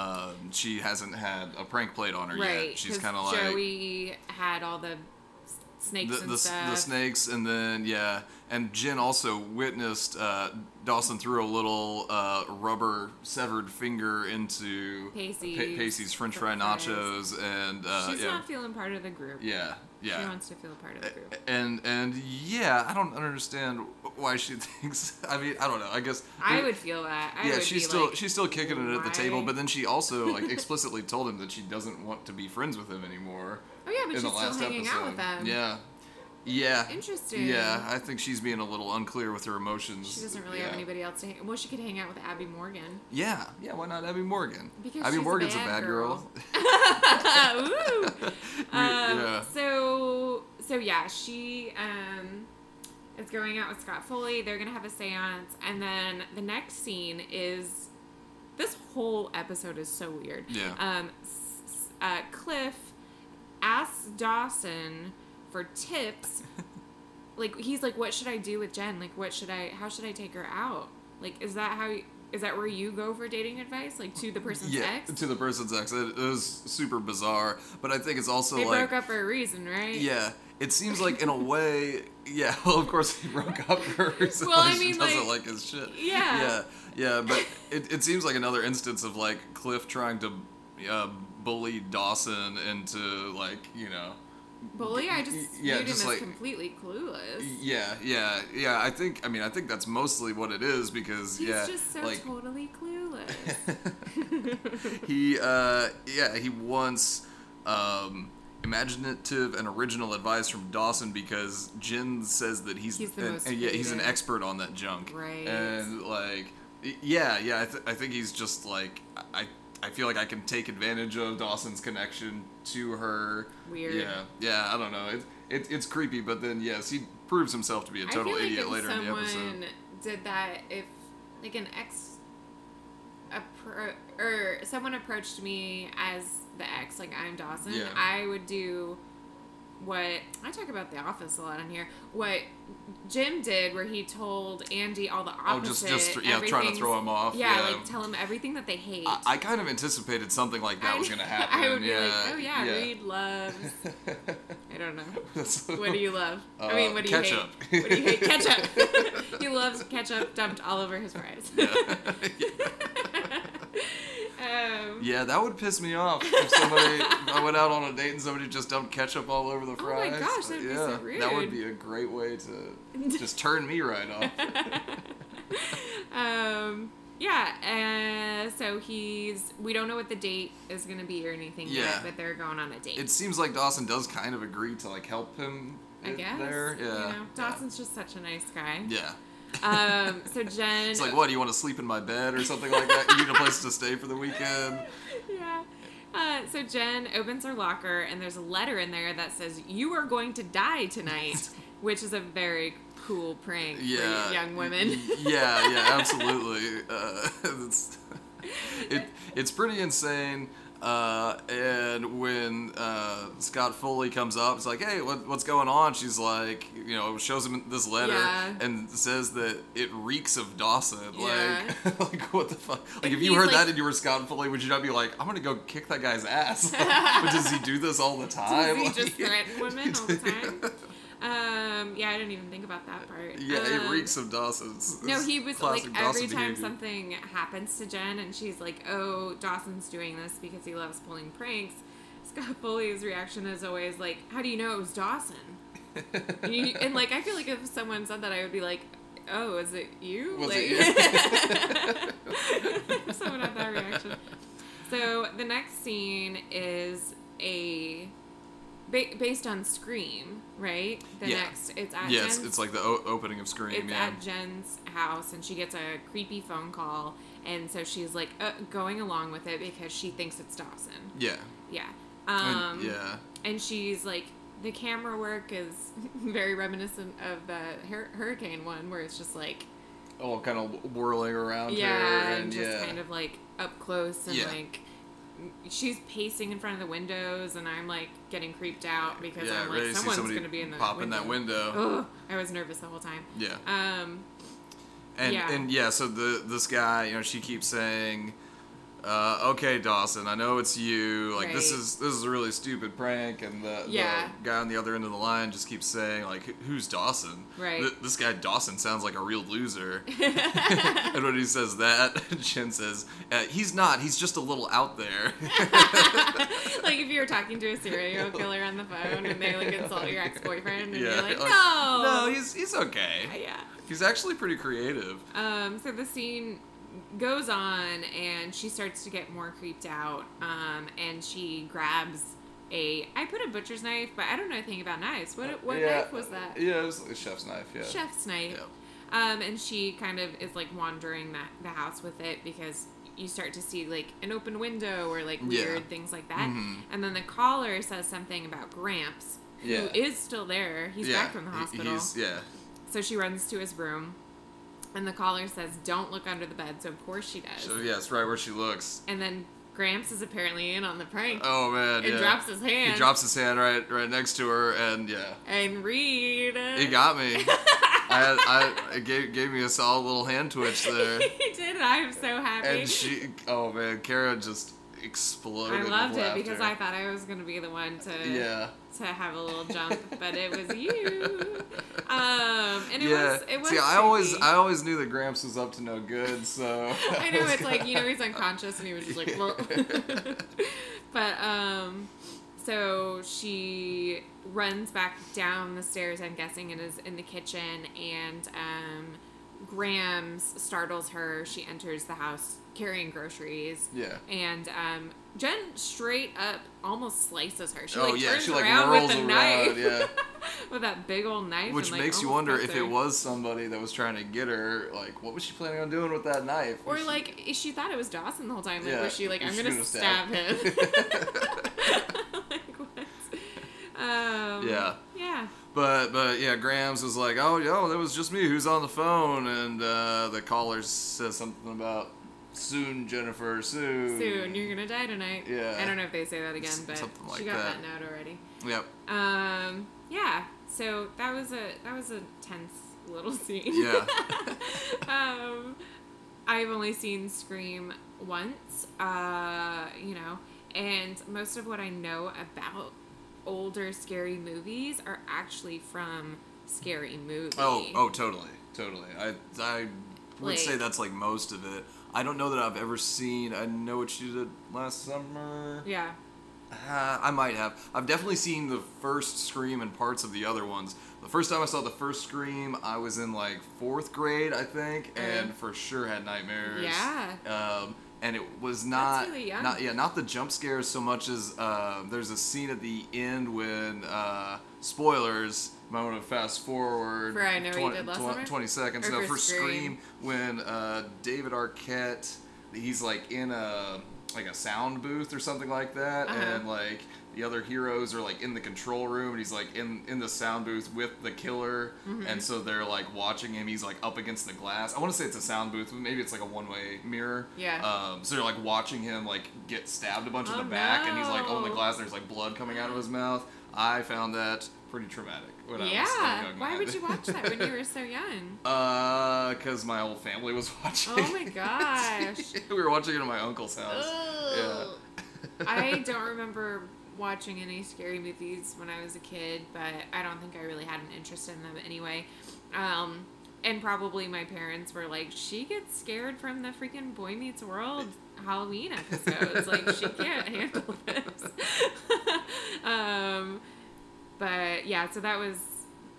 [SPEAKER 2] um, she hasn't had a prank plate on her
[SPEAKER 3] Right.
[SPEAKER 2] yet. She's
[SPEAKER 3] 'cause
[SPEAKER 2] kind of like
[SPEAKER 3] Joey had all the s-
[SPEAKER 2] the,
[SPEAKER 3] snakes
[SPEAKER 2] the,
[SPEAKER 3] and
[SPEAKER 2] s-
[SPEAKER 3] stuff.
[SPEAKER 2] the snakes, and then yeah, and Jen also witnessed uh, Dawson threw a little uh, rubber severed finger into
[SPEAKER 3] Pacey's
[SPEAKER 2] Pa- Pacey's French fry
[SPEAKER 3] fries.
[SPEAKER 2] nachos, and uh,
[SPEAKER 3] she's
[SPEAKER 2] yeah,
[SPEAKER 3] not feeling part of the group.
[SPEAKER 2] yeah, yeah,
[SPEAKER 3] She wants to feel part of the group.
[SPEAKER 2] and and yeah, I don't understand why she thinks. I mean, I don't know. I guess
[SPEAKER 3] I would feel that. I
[SPEAKER 2] Yeah,
[SPEAKER 3] would
[SPEAKER 2] she's
[SPEAKER 3] be
[SPEAKER 2] still
[SPEAKER 3] like,
[SPEAKER 2] she's still kicking it at the table,
[SPEAKER 3] why?
[SPEAKER 2] but then she also like explicitly told him that she doesn't want to be friends with him anymore.
[SPEAKER 3] Oh yeah, but
[SPEAKER 2] in
[SPEAKER 3] she's
[SPEAKER 2] the
[SPEAKER 3] still
[SPEAKER 2] last
[SPEAKER 3] hanging
[SPEAKER 2] episode.
[SPEAKER 3] out with them.
[SPEAKER 2] Yeah, yeah.
[SPEAKER 3] Interesting.
[SPEAKER 2] Yeah, I think she's being a little unclear with her emotions.
[SPEAKER 3] She doesn't really
[SPEAKER 2] yeah.
[SPEAKER 3] have anybody else to hang. Well, she could hang out with Abby Morgan.
[SPEAKER 2] Yeah, yeah. Why not Abby Morgan?
[SPEAKER 3] Because
[SPEAKER 2] Abby
[SPEAKER 3] she's a
[SPEAKER 2] Morgan's
[SPEAKER 3] bad girl. Ooh.
[SPEAKER 2] We-
[SPEAKER 3] Um,
[SPEAKER 2] yeah.
[SPEAKER 3] So so yeah, she um, is going out with Scott Foley. They're gonna have a séance, and then the next scene is this whole episode is so weird.
[SPEAKER 2] Yeah.
[SPEAKER 3] Um, s- s- uh, Cliff asks Dawson for tips like he's like, what should I do with Jen? Like, what should I? How should I take her out? Like, is that how? You, is that where you go for dating advice? Like to the person's
[SPEAKER 2] yeah,
[SPEAKER 3] ex?
[SPEAKER 2] to the person's ex. It, it was super bizarre, but I think it's also
[SPEAKER 3] they
[SPEAKER 2] like
[SPEAKER 3] broke up for a reason, right?
[SPEAKER 2] yeah. It seems like in a way, yeah. Well, of course he broke up for her. So
[SPEAKER 3] Well, I
[SPEAKER 2] she
[SPEAKER 3] mean,
[SPEAKER 2] doesn't
[SPEAKER 3] like,
[SPEAKER 2] like, his shit.
[SPEAKER 3] yeah.
[SPEAKER 2] yeah, yeah. But it, it seems like another instance of like Cliff trying to uh, bully Dawson into like you know
[SPEAKER 3] Bully, I just
[SPEAKER 2] Y- yeah,
[SPEAKER 3] viewed
[SPEAKER 2] just
[SPEAKER 3] him
[SPEAKER 2] like-
[SPEAKER 3] as completely clueless.
[SPEAKER 2] Yeah, yeah, yeah. I think. I mean, I think that's mostly what it is because
[SPEAKER 3] He's
[SPEAKER 2] yeah,
[SPEAKER 3] just so
[SPEAKER 2] like
[SPEAKER 3] totally clueless.
[SPEAKER 2] he, uh, yeah, he wants um, imaginative and original advice from Dawson because Jin says that he's,
[SPEAKER 3] He's the
[SPEAKER 2] and-
[SPEAKER 3] most
[SPEAKER 2] and yeah, he's an
[SPEAKER 3] creative.
[SPEAKER 2] expert on that junk,
[SPEAKER 3] Right.
[SPEAKER 2] And like, y- yeah, yeah. I, th- I think he's just like I. I feel like I can take advantage of Dawson's connection to her.
[SPEAKER 3] Weird.
[SPEAKER 2] Yeah, yeah. I don't know. It, it, it's creepy, but then yes, he proves himself to be a
[SPEAKER 3] I feel
[SPEAKER 2] total
[SPEAKER 3] like
[SPEAKER 2] idiot
[SPEAKER 3] if
[SPEAKER 2] later in
[SPEAKER 3] someone
[SPEAKER 2] the episode.
[SPEAKER 3] did that, if like an ex, appro- or someone approached me as the ex, like I'm Dawson,
[SPEAKER 2] Yeah.
[SPEAKER 3] I would do what I talk about the office a lot on here. What Jim did, where he told Andy all the
[SPEAKER 2] Oh, just-
[SPEAKER 3] opposite.
[SPEAKER 2] just th- yeah, trying to
[SPEAKER 3] everything's-
[SPEAKER 2] throw him off,
[SPEAKER 3] Yeah,
[SPEAKER 2] yeah.
[SPEAKER 3] like tell him everything that they hate.
[SPEAKER 2] I, I kind of anticipated something like that
[SPEAKER 3] I-
[SPEAKER 2] was going to happen.
[SPEAKER 3] I would be
[SPEAKER 2] yeah,
[SPEAKER 3] like, oh yeah, Reed loves. I don't know.
[SPEAKER 2] That's-
[SPEAKER 3] What do you love? I
[SPEAKER 2] Uh,
[SPEAKER 3] mean, what do you
[SPEAKER 2] ketchup.
[SPEAKER 3] hate? What do you hate? Ketchup. he loves ketchup dumped all over his fries. um,
[SPEAKER 2] Yeah, that would piss me off if somebody if I went out on a date and somebody just dumped ketchup all over the
[SPEAKER 3] Oh my
[SPEAKER 2] fries.
[SPEAKER 3] gosh, that'd be so
[SPEAKER 2] yeah, That
[SPEAKER 3] rude.
[SPEAKER 2] would be a great way to just turn me right off.
[SPEAKER 3] um, yeah. Uh, so he's. We don't know what the date is going to be or anything
[SPEAKER 2] Yeah.
[SPEAKER 3] yet, but they're going on a date.
[SPEAKER 2] It seems like Dawson does kind of agree to like help him
[SPEAKER 3] I
[SPEAKER 2] in
[SPEAKER 3] guess.
[SPEAKER 2] there.
[SPEAKER 3] You
[SPEAKER 2] Yeah.
[SPEAKER 3] know, Dawson's just such a nice guy.
[SPEAKER 2] Yeah.
[SPEAKER 3] Um, so Jen.
[SPEAKER 2] It's like, what? You want to sleep in my bed or something like that? You need a place to stay for the weekend?
[SPEAKER 3] Yeah. Uh, so Jen opens her locker, and there's a letter in there that says, "You are going to die tonight," which is a very cool prank
[SPEAKER 2] yeah,
[SPEAKER 3] for young women.
[SPEAKER 2] y- yeah, yeah, absolutely. Uh, it's it, it's pretty insane. Uh, and when uh, Scott Foley comes up, it's like, "Hey, what, what's going on?" She's like, you know, shows him this letter
[SPEAKER 3] Yeah.
[SPEAKER 2] and says that it reeks of Dawson.
[SPEAKER 3] Yeah.
[SPEAKER 2] Like, like what the fuck? Like, if you
[SPEAKER 3] he's
[SPEAKER 2] heard
[SPEAKER 3] like-
[SPEAKER 2] that and you were Scott Foley, would you not be like, "I'm gonna go kick that guy's ass"? but does he do this all the time?
[SPEAKER 3] Does he
[SPEAKER 2] Like-
[SPEAKER 3] just threaten women all the time? Um, yeah, I didn't even think about that part.
[SPEAKER 2] Yeah,
[SPEAKER 3] Um,
[SPEAKER 2] it reeks of Dawson. It's-
[SPEAKER 3] No,
[SPEAKER 2] it's
[SPEAKER 3] he was like
[SPEAKER 2] classic
[SPEAKER 3] every
[SPEAKER 2] Dawson
[SPEAKER 3] time
[SPEAKER 2] behavior.
[SPEAKER 3] something happens to Jen and she's like, "Oh, Dawson's doing this because he loves pulling pranks." Scott Foley's reaction is always like, "How do you know it was Dawson?" and, you- and, like, I feel like if someone said that, I would be like, "Oh, is it you?"
[SPEAKER 2] Was
[SPEAKER 3] like,
[SPEAKER 2] it
[SPEAKER 3] someone had that reaction. So the next scene is a ba- based on Scream, right? The
[SPEAKER 2] Yeah.
[SPEAKER 3] next, it's at
[SPEAKER 2] Yes,
[SPEAKER 3] Jen's
[SPEAKER 2] it's like the o- opening of Scream.
[SPEAKER 3] it's
[SPEAKER 2] yeah.
[SPEAKER 3] at Jen's house, and she gets a creepy phone call, and so she's like uh, going along with it because she thinks it's Dawson.
[SPEAKER 2] yeah.
[SPEAKER 3] Yeah.
[SPEAKER 2] I
[SPEAKER 3] Um,
[SPEAKER 2] mean, yeah.
[SPEAKER 3] And she's like, the camera work is very reminiscent of the hur- hurricane one, where it's just like,
[SPEAKER 2] All kind of whirling around
[SPEAKER 3] yeah,
[SPEAKER 2] her
[SPEAKER 3] and just
[SPEAKER 2] yeah.
[SPEAKER 3] kind of like up close and
[SPEAKER 2] Yeah.
[SPEAKER 3] like. She's pacing in front of the windows, and I'm like getting creeped out because
[SPEAKER 2] yeah,
[SPEAKER 3] I'm
[SPEAKER 2] ready to
[SPEAKER 3] like,
[SPEAKER 2] see
[SPEAKER 3] someone's
[SPEAKER 2] somebody
[SPEAKER 3] gonna be in the
[SPEAKER 2] pop in
[SPEAKER 3] window.
[SPEAKER 2] that window.
[SPEAKER 3] Ugh, I was nervous the whole time.
[SPEAKER 2] Yeah.
[SPEAKER 3] Um,
[SPEAKER 2] and
[SPEAKER 3] yeah.
[SPEAKER 2] and yeah, so the this guy, you know, she keeps saying, uh, "Okay, Dawson, I know it's you. Like this
[SPEAKER 3] Right.
[SPEAKER 2] is this is a really stupid prank." And the,
[SPEAKER 3] Yeah.
[SPEAKER 2] the guy on the other end of the line just keeps saying, "Like "Who- who's Dawson?
[SPEAKER 3] Right.
[SPEAKER 2] Th- this guy Dawson sounds like a real loser." and when he says that, Jen says, uh, "He's not. He's just a little out there."
[SPEAKER 3] like if you were talking to a serial killer on the phone and they like insult your ex-boyfriend and
[SPEAKER 2] yeah.
[SPEAKER 3] you're like, no,
[SPEAKER 2] No, he's he's okay.
[SPEAKER 3] yeah.
[SPEAKER 2] He's actually pretty creative.
[SPEAKER 3] Um, so the scene goes on and she starts to get more creeped out. Um, and she grabs a I put a butcher's knife, but I don't know anything about knives. What what
[SPEAKER 2] Yeah.
[SPEAKER 3] knife was that?
[SPEAKER 2] Yeah, it was a chef's knife. Yeah.
[SPEAKER 3] Chef's knife.
[SPEAKER 2] Yep.
[SPEAKER 3] Um, and she kind of is like wandering that the house with it because you start to see like an open window or like
[SPEAKER 2] Yeah.
[SPEAKER 3] weird things like that.
[SPEAKER 2] Mhm.
[SPEAKER 3] And then the caller says something about Gramps, who is
[SPEAKER 2] Yeah.
[SPEAKER 3] still there. He's
[SPEAKER 2] yeah.
[SPEAKER 3] back from the
[SPEAKER 2] he-
[SPEAKER 3] hospital.
[SPEAKER 2] He's, yeah.
[SPEAKER 3] So she runs to his room, and the caller says, "Don't look under the bed." So of course she does.
[SPEAKER 2] So yeah, it's right where she looks.
[SPEAKER 3] And then Gramps is apparently in on the prank
[SPEAKER 2] Oh man,
[SPEAKER 3] and
[SPEAKER 2] yeah.
[SPEAKER 3] drops his hand.
[SPEAKER 2] He drops his hand right right next to her, and yeah,
[SPEAKER 3] and Reed.
[SPEAKER 2] he got me. I had, I it gave gave me a solid little hand twitch there,
[SPEAKER 3] he did. and I'm so happy.
[SPEAKER 2] and she oh man, Kara just
[SPEAKER 3] I
[SPEAKER 2] exploded.
[SPEAKER 3] loved
[SPEAKER 2] with
[SPEAKER 3] it because I
[SPEAKER 2] laughter.
[SPEAKER 3] thought I was going to be the one to
[SPEAKER 2] yeah.
[SPEAKER 3] to have a little jump, but it was you. Um, and it
[SPEAKER 2] yeah.
[SPEAKER 3] was it was.
[SPEAKER 2] See, I always
[SPEAKER 3] creepy.
[SPEAKER 2] I always knew that Gramps was up to no good, so
[SPEAKER 3] I know it's like you know he's unconscious and he was just like,
[SPEAKER 2] Yeah.
[SPEAKER 3] "Well." but um, so she runs back down the stairs. I'm guessing and is in the kitchen, and um, Grams startles her. She enters the house carrying groceries.
[SPEAKER 2] Yeah.
[SPEAKER 3] And um, Jen straight up almost slices her. She
[SPEAKER 2] oh
[SPEAKER 3] like
[SPEAKER 2] yeah,
[SPEAKER 3] turns
[SPEAKER 2] she like
[SPEAKER 3] around
[SPEAKER 2] whirls
[SPEAKER 3] with a
[SPEAKER 2] around,
[SPEAKER 3] knife,
[SPEAKER 2] yeah.
[SPEAKER 3] with that big old knife,
[SPEAKER 2] Which
[SPEAKER 3] and, like, "Oh,
[SPEAKER 2] makes you
[SPEAKER 3] almost
[SPEAKER 2] wonder
[SPEAKER 3] cuts
[SPEAKER 2] if it
[SPEAKER 3] her.
[SPEAKER 2] was somebody that was trying to get her, like, what was she planning on doing with that knife?
[SPEAKER 3] Or
[SPEAKER 2] Was she-
[SPEAKER 3] like i- she thought it was Dawson the whole time. Like
[SPEAKER 2] Yeah,
[SPEAKER 3] was she like
[SPEAKER 2] was
[SPEAKER 3] I'm
[SPEAKER 2] she
[SPEAKER 3] gonna,
[SPEAKER 2] gonna
[SPEAKER 3] stab,
[SPEAKER 2] stab
[SPEAKER 3] him? like what? Um,
[SPEAKER 2] Yeah.
[SPEAKER 3] Yeah.
[SPEAKER 2] But but yeah, Grams was like, oh yo, that was just me. Who's on the phone? And uh, the caller says something about soon, Jennifer, soon.
[SPEAKER 3] Soon you're gonna die tonight.
[SPEAKER 2] Hmm. Yeah.
[SPEAKER 3] I don't know if they say that again,
[SPEAKER 2] S-
[SPEAKER 3] but
[SPEAKER 2] something
[SPEAKER 3] she
[SPEAKER 2] like
[SPEAKER 3] got that.
[SPEAKER 2] that.
[SPEAKER 3] note already.
[SPEAKER 2] Yep.
[SPEAKER 3] Um. Yeah. So that was a that was a tense little scene.
[SPEAKER 2] Yeah.
[SPEAKER 3] um, I've only seen Scream once, uh, you know, and most of what I know about older scary movies are actually from Scary Movie.
[SPEAKER 2] Oh, oh, totally, totally. I, I would
[SPEAKER 3] Like-
[SPEAKER 2] say that's like most of it. I don't know that I've ever seen. I know what you did last summer.
[SPEAKER 3] Yeah.
[SPEAKER 2] Uh, I might have. I've definitely seen the first Scream and parts of the other ones. The first time I saw the first Scream, I was in like fourth grade, I think, and
[SPEAKER 3] Okay.
[SPEAKER 2] for sure had nightmares.
[SPEAKER 3] Uh-huh. Yeah.
[SPEAKER 2] Um, and it was not,
[SPEAKER 3] really young.
[SPEAKER 2] not yeah, not the jump scares so much as uh, there's a scene at the end when uh, spoilers. Might want to fast forward
[SPEAKER 3] For I Know What You Did Last Summer?
[SPEAKER 2] twenty seconds.
[SPEAKER 3] Or
[SPEAKER 2] no,
[SPEAKER 3] for
[SPEAKER 2] for Scream
[SPEAKER 3] Scream.
[SPEAKER 2] when uh, David Arquette, he's like in a like a sound booth or something like that,
[SPEAKER 3] Uh-huh.
[SPEAKER 2] and like the other heroes are like in the control room, and he's like in in the sound booth with the killer,
[SPEAKER 3] Mm-hmm.
[SPEAKER 2] and so they're like watching him. He's like up against the glass. I want to say it's a sound booth, but maybe it's like a one way mirror.
[SPEAKER 3] Yeah.
[SPEAKER 2] Um, so they're like watching him like get stabbed a bunch in
[SPEAKER 3] Oh,
[SPEAKER 2] the back, and he's like on the
[SPEAKER 3] no.
[SPEAKER 2] glass, and there's like blood coming out of his mouth. I found that pretty traumatic. When I was a
[SPEAKER 3] yeah.
[SPEAKER 2] young
[SPEAKER 3] Why
[SPEAKER 2] man.
[SPEAKER 3] would you watch that when you were so young?
[SPEAKER 2] Uh, cause my whole family was watching.
[SPEAKER 3] Oh my
[SPEAKER 2] it.
[SPEAKER 3] gosh.
[SPEAKER 2] we were watching it at my uncle's house.
[SPEAKER 3] Ugh. I don't remember watching any scary movies when I was a kid, but I don't think I really had an interest in them anyway. Um, and probably my parents were like, she gets scared from the freaking Boy Meets World Halloween episodes. like, she can't handle this. um, but yeah, so that was.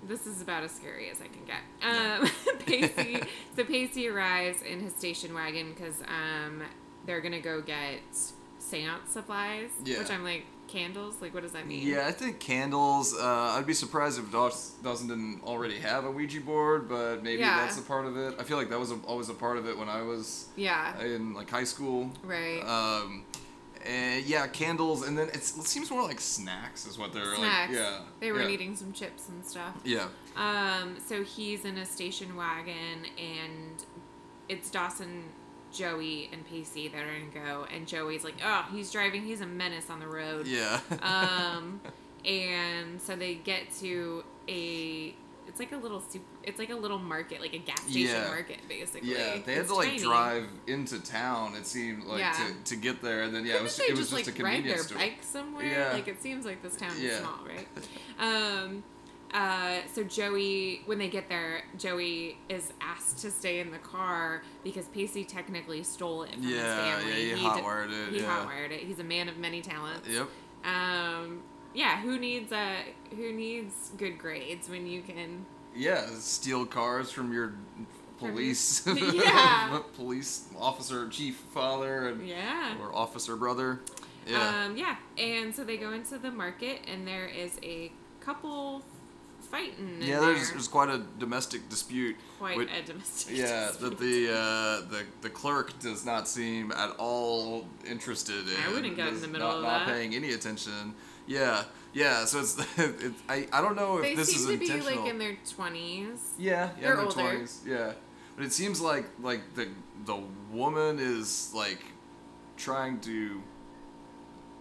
[SPEAKER 3] This is about as scary as I can get. Um, Pacey, so Pacey arrives in his station wagon because um, they're gonna go get seance supplies,
[SPEAKER 2] Yeah.
[SPEAKER 3] which I'm like candles. Like, what does that mean?
[SPEAKER 2] Yeah, I think candles. Uh, I'd be surprised if Dawson Dawson didn't already have a Ouija board, but maybe
[SPEAKER 3] Yeah.
[SPEAKER 2] that's a part of it. I feel like that was a, always a part of it when I was
[SPEAKER 3] Yeah.
[SPEAKER 2] in like high school.
[SPEAKER 3] Right.
[SPEAKER 2] Um, and yeah, candles, and then it's, it seems more like snacks is what they're
[SPEAKER 3] Snacks.
[SPEAKER 2] like. Yeah,
[SPEAKER 3] They were
[SPEAKER 2] yeah.
[SPEAKER 3] eating some chips and stuff.
[SPEAKER 2] Yeah,
[SPEAKER 3] Um, so he's in a station wagon, and it's Dawson, Joey, and Pacey that are gonna go. And Joey's like, oh, he's driving. He's a menace on the road.
[SPEAKER 2] yeah.
[SPEAKER 3] Um, and so they get to a. It's like a little super, It's like a little market, like a gas station
[SPEAKER 2] Yeah.
[SPEAKER 3] market, basically.
[SPEAKER 2] Yeah, they had
[SPEAKER 3] It's
[SPEAKER 2] to like
[SPEAKER 3] tiny.
[SPEAKER 2] drive into town. It seemed like
[SPEAKER 3] Yeah.
[SPEAKER 2] to, to get there, and then yeah,
[SPEAKER 3] Couldn't
[SPEAKER 2] it was,
[SPEAKER 3] they
[SPEAKER 2] it was
[SPEAKER 3] just,
[SPEAKER 2] just,
[SPEAKER 3] like
[SPEAKER 2] a
[SPEAKER 3] ride their
[SPEAKER 2] convenience store.
[SPEAKER 3] bike somewhere?
[SPEAKER 2] Yeah.
[SPEAKER 3] Like it seems like this town is
[SPEAKER 2] Yeah.
[SPEAKER 3] small, right? Um, uh, so Joey, when they get there, Joey is asked to stay in the car because Pacey technically stole it from his
[SPEAKER 2] Yeah,
[SPEAKER 3] family.
[SPEAKER 2] yeah, he hot-wired it,
[SPEAKER 3] He
[SPEAKER 2] yeah.
[SPEAKER 3] hot-wired it. He's a man of many talents.
[SPEAKER 2] Yep.
[SPEAKER 3] Um, yeah, who needs uh who needs good grades when you can?
[SPEAKER 2] Yeah, steal cars from your police,
[SPEAKER 3] From your- Yeah.
[SPEAKER 2] police officer, chief, father, and
[SPEAKER 3] Yeah.
[SPEAKER 2] or officer brother. Yeah,
[SPEAKER 3] Um, yeah. And so they go into the market, and there is a couple fighting. in
[SPEAKER 2] yeah. There's
[SPEAKER 3] there.
[SPEAKER 2] there's quite a domestic dispute.
[SPEAKER 3] quite
[SPEAKER 2] which-
[SPEAKER 3] a domestic.
[SPEAKER 2] yeah,
[SPEAKER 3] dispute.
[SPEAKER 2] that the uh, the the clerk does not seem at all interested in.
[SPEAKER 3] I wouldn't get in
[SPEAKER 2] does
[SPEAKER 3] the middle
[SPEAKER 2] not,
[SPEAKER 3] of
[SPEAKER 2] not
[SPEAKER 3] that.
[SPEAKER 2] paying any attention. Yeah, yeah. So it's, it's I I don't know if
[SPEAKER 3] they
[SPEAKER 2] oh, this is
[SPEAKER 3] seem to be
[SPEAKER 2] intentional.
[SPEAKER 3] like in their twenties.
[SPEAKER 2] Yeah, yeah,
[SPEAKER 3] They're
[SPEAKER 2] in their
[SPEAKER 3] older.
[SPEAKER 2] 20s. Yeah, but it seems like like the the woman is like trying to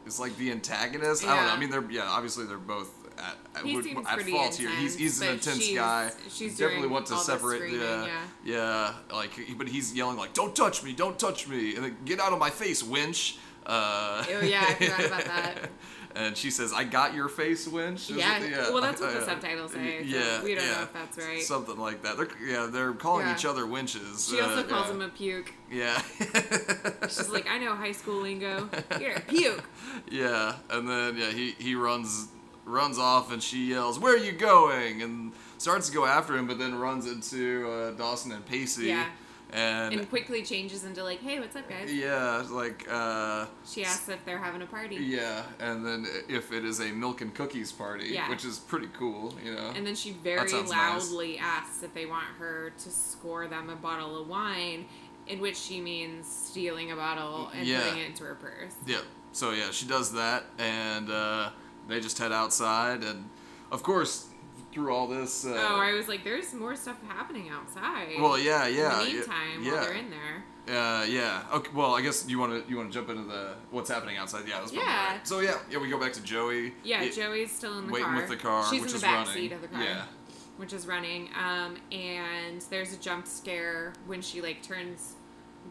[SPEAKER 2] is like the antagonist. I don't know.
[SPEAKER 3] Yeah.
[SPEAKER 2] I mean, they're yeah, obviously they're both at, at,
[SPEAKER 3] He
[SPEAKER 2] would-
[SPEAKER 3] seems
[SPEAKER 2] at
[SPEAKER 3] pretty
[SPEAKER 2] fault here. He's
[SPEAKER 3] intense,
[SPEAKER 2] he's an
[SPEAKER 3] but
[SPEAKER 2] intense
[SPEAKER 3] she's-
[SPEAKER 2] guy.
[SPEAKER 3] she's
[SPEAKER 2] You definitely
[SPEAKER 3] doing
[SPEAKER 2] want to
[SPEAKER 3] all the
[SPEAKER 2] separate.
[SPEAKER 3] screaming,
[SPEAKER 2] Yeah, yeah, Like, he- but he's yelling like, "Don't touch me! Don't touch me!" And then, "Get out of my face, winch!" Uh,
[SPEAKER 3] Oh, yeah, I forgot about that.
[SPEAKER 2] And she says, "I got your face, winch." Is
[SPEAKER 3] Yeah,
[SPEAKER 2] it?
[SPEAKER 3] well, that's what
[SPEAKER 2] I-
[SPEAKER 3] the
[SPEAKER 2] I-
[SPEAKER 3] subtitles say, so
[SPEAKER 2] Yeah,
[SPEAKER 3] we don't know
[SPEAKER 2] yeah.
[SPEAKER 3] if that's right.
[SPEAKER 2] Something like that. They're yeah, they're calling
[SPEAKER 3] Yeah.
[SPEAKER 2] each other winches.
[SPEAKER 3] She also
[SPEAKER 2] uh,
[SPEAKER 3] calls
[SPEAKER 2] yeah.
[SPEAKER 3] him a puke.
[SPEAKER 2] Yeah.
[SPEAKER 3] She's like, I know high school lingo. You're a puke.
[SPEAKER 2] yeah. And then yeah, he, he runs runs off and she yells, Where are you going? and starts to go after him but then runs into uh, Dawson and Pacey.
[SPEAKER 3] Yeah.
[SPEAKER 2] And,
[SPEAKER 3] And quickly changes into like, hey, what's up, guys?
[SPEAKER 2] yeah, it's like uh
[SPEAKER 3] She asks if they're having a party.
[SPEAKER 2] yeah, and then if it is a milk and cookies party,
[SPEAKER 3] Yeah.
[SPEAKER 2] which is pretty cool, you know.
[SPEAKER 3] And then she very
[SPEAKER 2] sounds
[SPEAKER 3] loudly asks if they want her to score them a bottle of wine, in which she means stealing a bottle and
[SPEAKER 2] Yeah.
[SPEAKER 3] putting it into her purse.
[SPEAKER 2] Yep. So yeah, she does that, and uh, they just head outside, and of course, through all this. Uh,
[SPEAKER 3] oh, I was like, there's more stuff happening outside.
[SPEAKER 2] well, yeah, yeah. yeah,
[SPEAKER 3] In the meantime,
[SPEAKER 2] yeah,
[SPEAKER 3] while they're in there.
[SPEAKER 2] Uh, yeah. Okay. Well, I guess you want to you want to jump into the what's happening outside. Yeah. That's probably
[SPEAKER 3] Yeah.
[SPEAKER 2] right. So yeah, yeah. We go back to Joey.
[SPEAKER 3] Yeah,
[SPEAKER 2] It-
[SPEAKER 3] Joey's still in the
[SPEAKER 2] waiting
[SPEAKER 3] car.
[SPEAKER 2] with the car,
[SPEAKER 3] She's
[SPEAKER 2] which
[SPEAKER 3] in
[SPEAKER 2] is
[SPEAKER 3] the back
[SPEAKER 2] running.
[SPEAKER 3] seat of the car.
[SPEAKER 2] Yeah.
[SPEAKER 3] Which is running. Um, and there's a jump scare when she like turns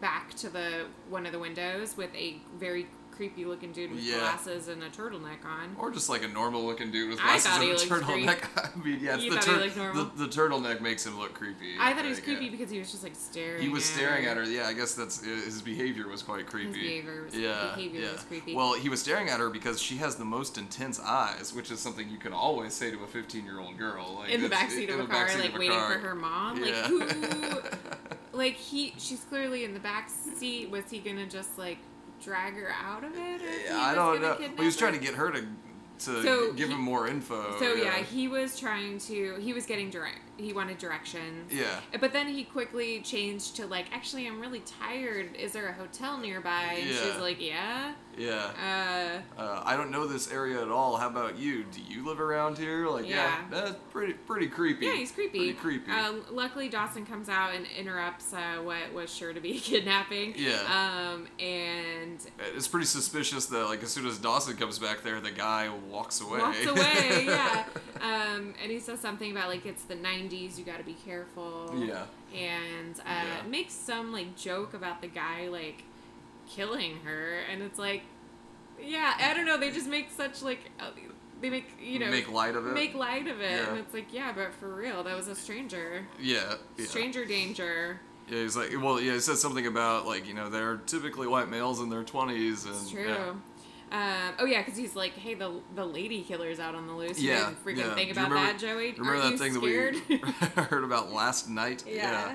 [SPEAKER 3] back to the one of the windows with a very creepy looking dude with
[SPEAKER 2] Yeah. Oh,
[SPEAKER 3] glasses and a turtleneck on.
[SPEAKER 2] Or just like a normal looking dude with
[SPEAKER 3] I
[SPEAKER 2] glasses
[SPEAKER 3] thought
[SPEAKER 2] and
[SPEAKER 3] he
[SPEAKER 2] a
[SPEAKER 3] looked creep.
[SPEAKER 2] turtleneck. I mean, yeah, it's
[SPEAKER 3] You
[SPEAKER 2] the,
[SPEAKER 3] thought he
[SPEAKER 2] tur-
[SPEAKER 3] looked normal?
[SPEAKER 2] the the turtleneck makes him look creepy.
[SPEAKER 3] I thought it was
[SPEAKER 2] think, yeah.
[SPEAKER 3] creepy because he was just like staring.
[SPEAKER 2] He was
[SPEAKER 3] at
[SPEAKER 2] staring at her. Yeah, I guess that's his behavior was quite creepy.
[SPEAKER 3] behavior was-
[SPEAKER 2] yeah,
[SPEAKER 3] behavior
[SPEAKER 2] yeah.
[SPEAKER 3] was creepy.
[SPEAKER 2] Well, he was staring at her because she has the most intense eyes, which is something you can always say to a 15-year-old girl. Like
[SPEAKER 3] in the
[SPEAKER 2] that's-
[SPEAKER 3] backseat
[SPEAKER 2] in
[SPEAKER 3] of a
[SPEAKER 2] the
[SPEAKER 3] car,
[SPEAKER 2] backseat
[SPEAKER 3] like
[SPEAKER 2] of a
[SPEAKER 3] waiting
[SPEAKER 2] car.
[SPEAKER 3] for her mom.
[SPEAKER 2] Yeah.
[SPEAKER 3] Like who? like he? She's clearly in the back seat. Was he gonna just like drag her out of it? Or is he
[SPEAKER 2] Yeah, Eh, I
[SPEAKER 3] just
[SPEAKER 2] don't
[SPEAKER 3] gonna
[SPEAKER 2] know.
[SPEAKER 3] kidnap
[SPEAKER 2] Well, he was
[SPEAKER 3] her?
[SPEAKER 2] trying to get her to to
[SPEAKER 3] So
[SPEAKER 2] give
[SPEAKER 3] he-
[SPEAKER 2] him more info.
[SPEAKER 3] So yeah.
[SPEAKER 2] Oh, yeah
[SPEAKER 3] he was trying to. He was getting direct. He wanted directions.
[SPEAKER 2] Yeah.
[SPEAKER 3] But then he quickly changed to like, actually, I'm really tired. Is there a hotel nearby? And
[SPEAKER 2] Yeah.
[SPEAKER 3] she's like, yeah.
[SPEAKER 2] yeah.
[SPEAKER 3] Uh,
[SPEAKER 2] Uh, I don't know this area at all. How about you? Do you live around here? Like, yeah,
[SPEAKER 3] Yeah.
[SPEAKER 2] that's pretty pretty creepy.
[SPEAKER 3] Yeah, he's creepy.
[SPEAKER 2] Pretty creepy.
[SPEAKER 3] Um, luckily, Dawson comes out and interrupts uh, what was sure to be kidnapping.
[SPEAKER 2] Yeah.
[SPEAKER 3] Um, and
[SPEAKER 2] it's pretty suspicious that like as soon as Dawson comes back there, the guy walks away.
[SPEAKER 3] walks away. yeah. Um, and he says something about like it's the '90s. You got to be careful.
[SPEAKER 2] Yeah.
[SPEAKER 3] And uh,
[SPEAKER 2] Yeah.
[SPEAKER 3] makes some like joke about the guy like killing her, and it's like, yeah, I don't know. They just make such like. Uh, they make you know
[SPEAKER 2] Make light of it.
[SPEAKER 3] Make light of it,
[SPEAKER 2] Yeah.
[SPEAKER 3] and it's like yeah, but for real, that was a stranger.
[SPEAKER 2] yeah, yeah.
[SPEAKER 3] Stranger danger.
[SPEAKER 2] Yeah, he's like, well, yeah, he says something about like you know they're typically white males in their twenties, and
[SPEAKER 3] It's true.
[SPEAKER 2] yeah.
[SPEAKER 3] Um, oh yeah, because he's like, "Hey, the the lady killer's out on the loose." You
[SPEAKER 2] Yeah,
[SPEAKER 3] didn't freaking
[SPEAKER 2] yeah.
[SPEAKER 3] think
[SPEAKER 2] Do you
[SPEAKER 3] about
[SPEAKER 2] remember-
[SPEAKER 3] that, Joey.
[SPEAKER 2] Remember that
[SPEAKER 3] Aren't
[SPEAKER 2] thing
[SPEAKER 3] you scared?
[SPEAKER 2] that we heard about last night?
[SPEAKER 3] yeah.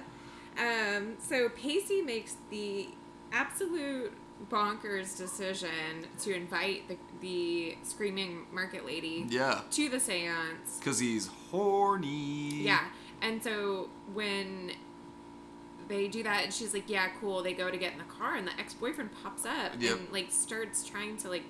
[SPEAKER 3] Um, so Pacey makes the absolute bonkers decision to invite the the screaming market lady
[SPEAKER 2] yeah,
[SPEAKER 3] to the séance.
[SPEAKER 2] because he's horny.
[SPEAKER 3] Yeah, and so when they do that, and she's like, "Yeah, cool." They go to get in the car, and the ex boyfriend pops up
[SPEAKER 2] Yep.
[SPEAKER 3] and like starts trying to like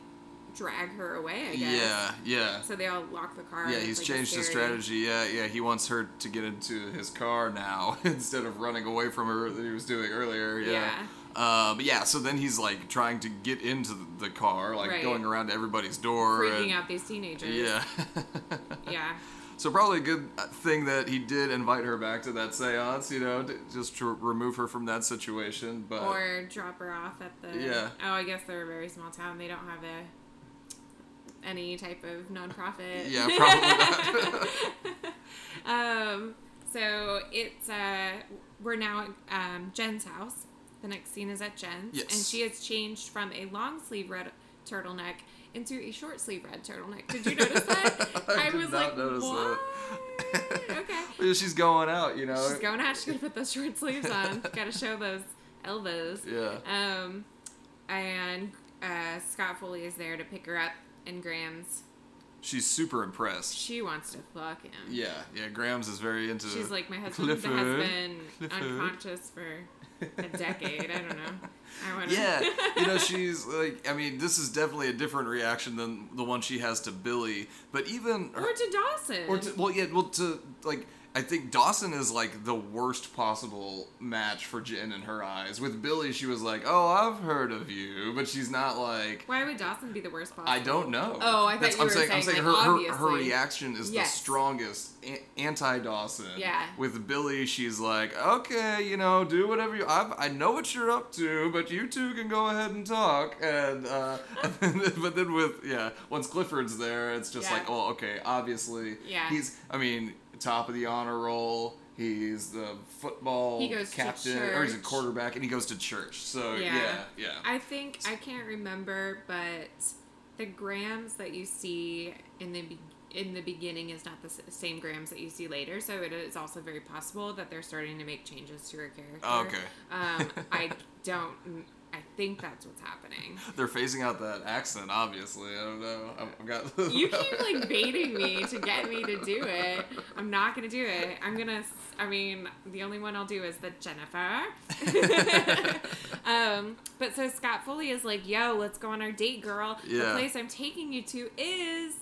[SPEAKER 3] drag her away. I guess.
[SPEAKER 2] yeah, yeah.
[SPEAKER 3] So they all lock the car. and
[SPEAKER 2] Yeah,
[SPEAKER 3] it's,
[SPEAKER 2] he's
[SPEAKER 3] like, a
[SPEAKER 2] changed his
[SPEAKER 3] scary-
[SPEAKER 2] strategy. Yeah, yeah, he wants her to get into his car now instead of running away from her that he was doing earlier. Yeah.
[SPEAKER 3] Yeah.
[SPEAKER 2] Uh, but yeah, so then he's like trying to get into the car, like
[SPEAKER 3] Right.
[SPEAKER 2] going around to everybody's door. and-
[SPEAKER 3] Freaking out these teenagers.
[SPEAKER 2] Yeah.
[SPEAKER 3] Yeah.
[SPEAKER 2] so probably a good uh, thing that he did invite her back to that séance, you know, to, just to remove her from that situation. But
[SPEAKER 3] Or drop her off at the.
[SPEAKER 2] Yeah.
[SPEAKER 3] Oh, I guess they're a very small town. They don't have a any type of nonprofit.
[SPEAKER 2] yeah, probably not.
[SPEAKER 3] Um. So it's uh, we're now at um, Jen's house. The next scene is at Jen's,
[SPEAKER 2] Yes.
[SPEAKER 3] and she has changed from a long sleeve red turtleneck into a short sleeve red turtleneck. Did you notice that?
[SPEAKER 2] I did
[SPEAKER 3] was
[SPEAKER 2] not
[SPEAKER 3] like,
[SPEAKER 2] notice
[SPEAKER 3] what?
[SPEAKER 2] that.
[SPEAKER 3] okay.
[SPEAKER 2] Yeah, She's going out, you know.
[SPEAKER 3] She's going out. She's gonna put those short sleeves on. Gotta show those elbows.
[SPEAKER 2] Yeah.
[SPEAKER 3] Um, and uh, Scott Foley is there to pick her up, and Graham's.
[SPEAKER 2] She's super impressed.
[SPEAKER 3] She wants to fuck him.
[SPEAKER 2] Yeah, yeah. Graham's is very into.
[SPEAKER 3] She's like my husband
[SPEAKER 2] Clifford.
[SPEAKER 3] has been
[SPEAKER 2] Clifford.
[SPEAKER 3] unconscious for a decade. I don't know. I want to.
[SPEAKER 2] Yeah, you know she's like. I mean, this is definitely a different reaction than the one she has to Billy. But even
[SPEAKER 3] or to Dawson.
[SPEAKER 2] or to, well, yeah, well to like I think Dawson is like the worst possible match for Jen in her eyes. With Billy, she was like, "Oh, I've heard of you," but she's not like,
[SPEAKER 3] Why would Dawson be the worst boss?
[SPEAKER 2] "I don't know."
[SPEAKER 3] Oh, I thought you
[SPEAKER 2] I'm
[SPEAKER 3] were
[SPEAKER 2] saying, I'm
[SPEAKER 3] saying,
[SPEAKER 2] saying
[SPEAKER 3] like,
[SPEAKER 2] her, her her
[SPEAKER 3] obviously.
[SPEAKER 2] reaction is
[SPEAKER 3] Yes.
[SPEAKER 2] the strongest a- anti Dawson.
[SPEAKER 3] Yeah.
[SPEAKER 2] With Billy, she's like, "Okay, you know, do whatever you. I've, I know what you're up to, but you two can go ahead and talk." And uh, but then with yeah, once Clifford's there, it's just
[SPEAKER 3] Yeah.
[SPEAKER 2] like, "Oh, okay, obviously."
[SPEAKER 3] Yeah.
[SPEAKER 2] He's I mean, top of the honor roll. He's the football
[SPEAKER 3] He goes to
[SPEAKER 2] captain, or he's a
[SPEAKER 3] church.
[SPEAKER 2] quarterback, and he goes to church. So
[SPEAKER 3] Yeah.
[SPEAKER 2] yeah, yeah.
[SPEAKER 3] I think I can't remember, but the grams that you see in the be- in the beginning is not the s- same grams that you see later. So it is also very possible that they're starting to make changes to her character.
[SPEAKER 2] Oh, Okay.
[SPEAKER 3] Um, I don't. I think that's what's happening.
[SPEAKER 2] They're phasing out that accent, obviously. I don't know. I've, I've got
[SPEAKER 3] You keep like baiting me to get me to do it. I'm not gonna do it. I'm gonna. s- I mean, the only one I'll do is the Jennifer. um, but so Scott Foley is like, "Yo, let's go on our date, girl. The
[SPEAKER 2] Yeah.
[SPEAKER 3] place I'm taking you to is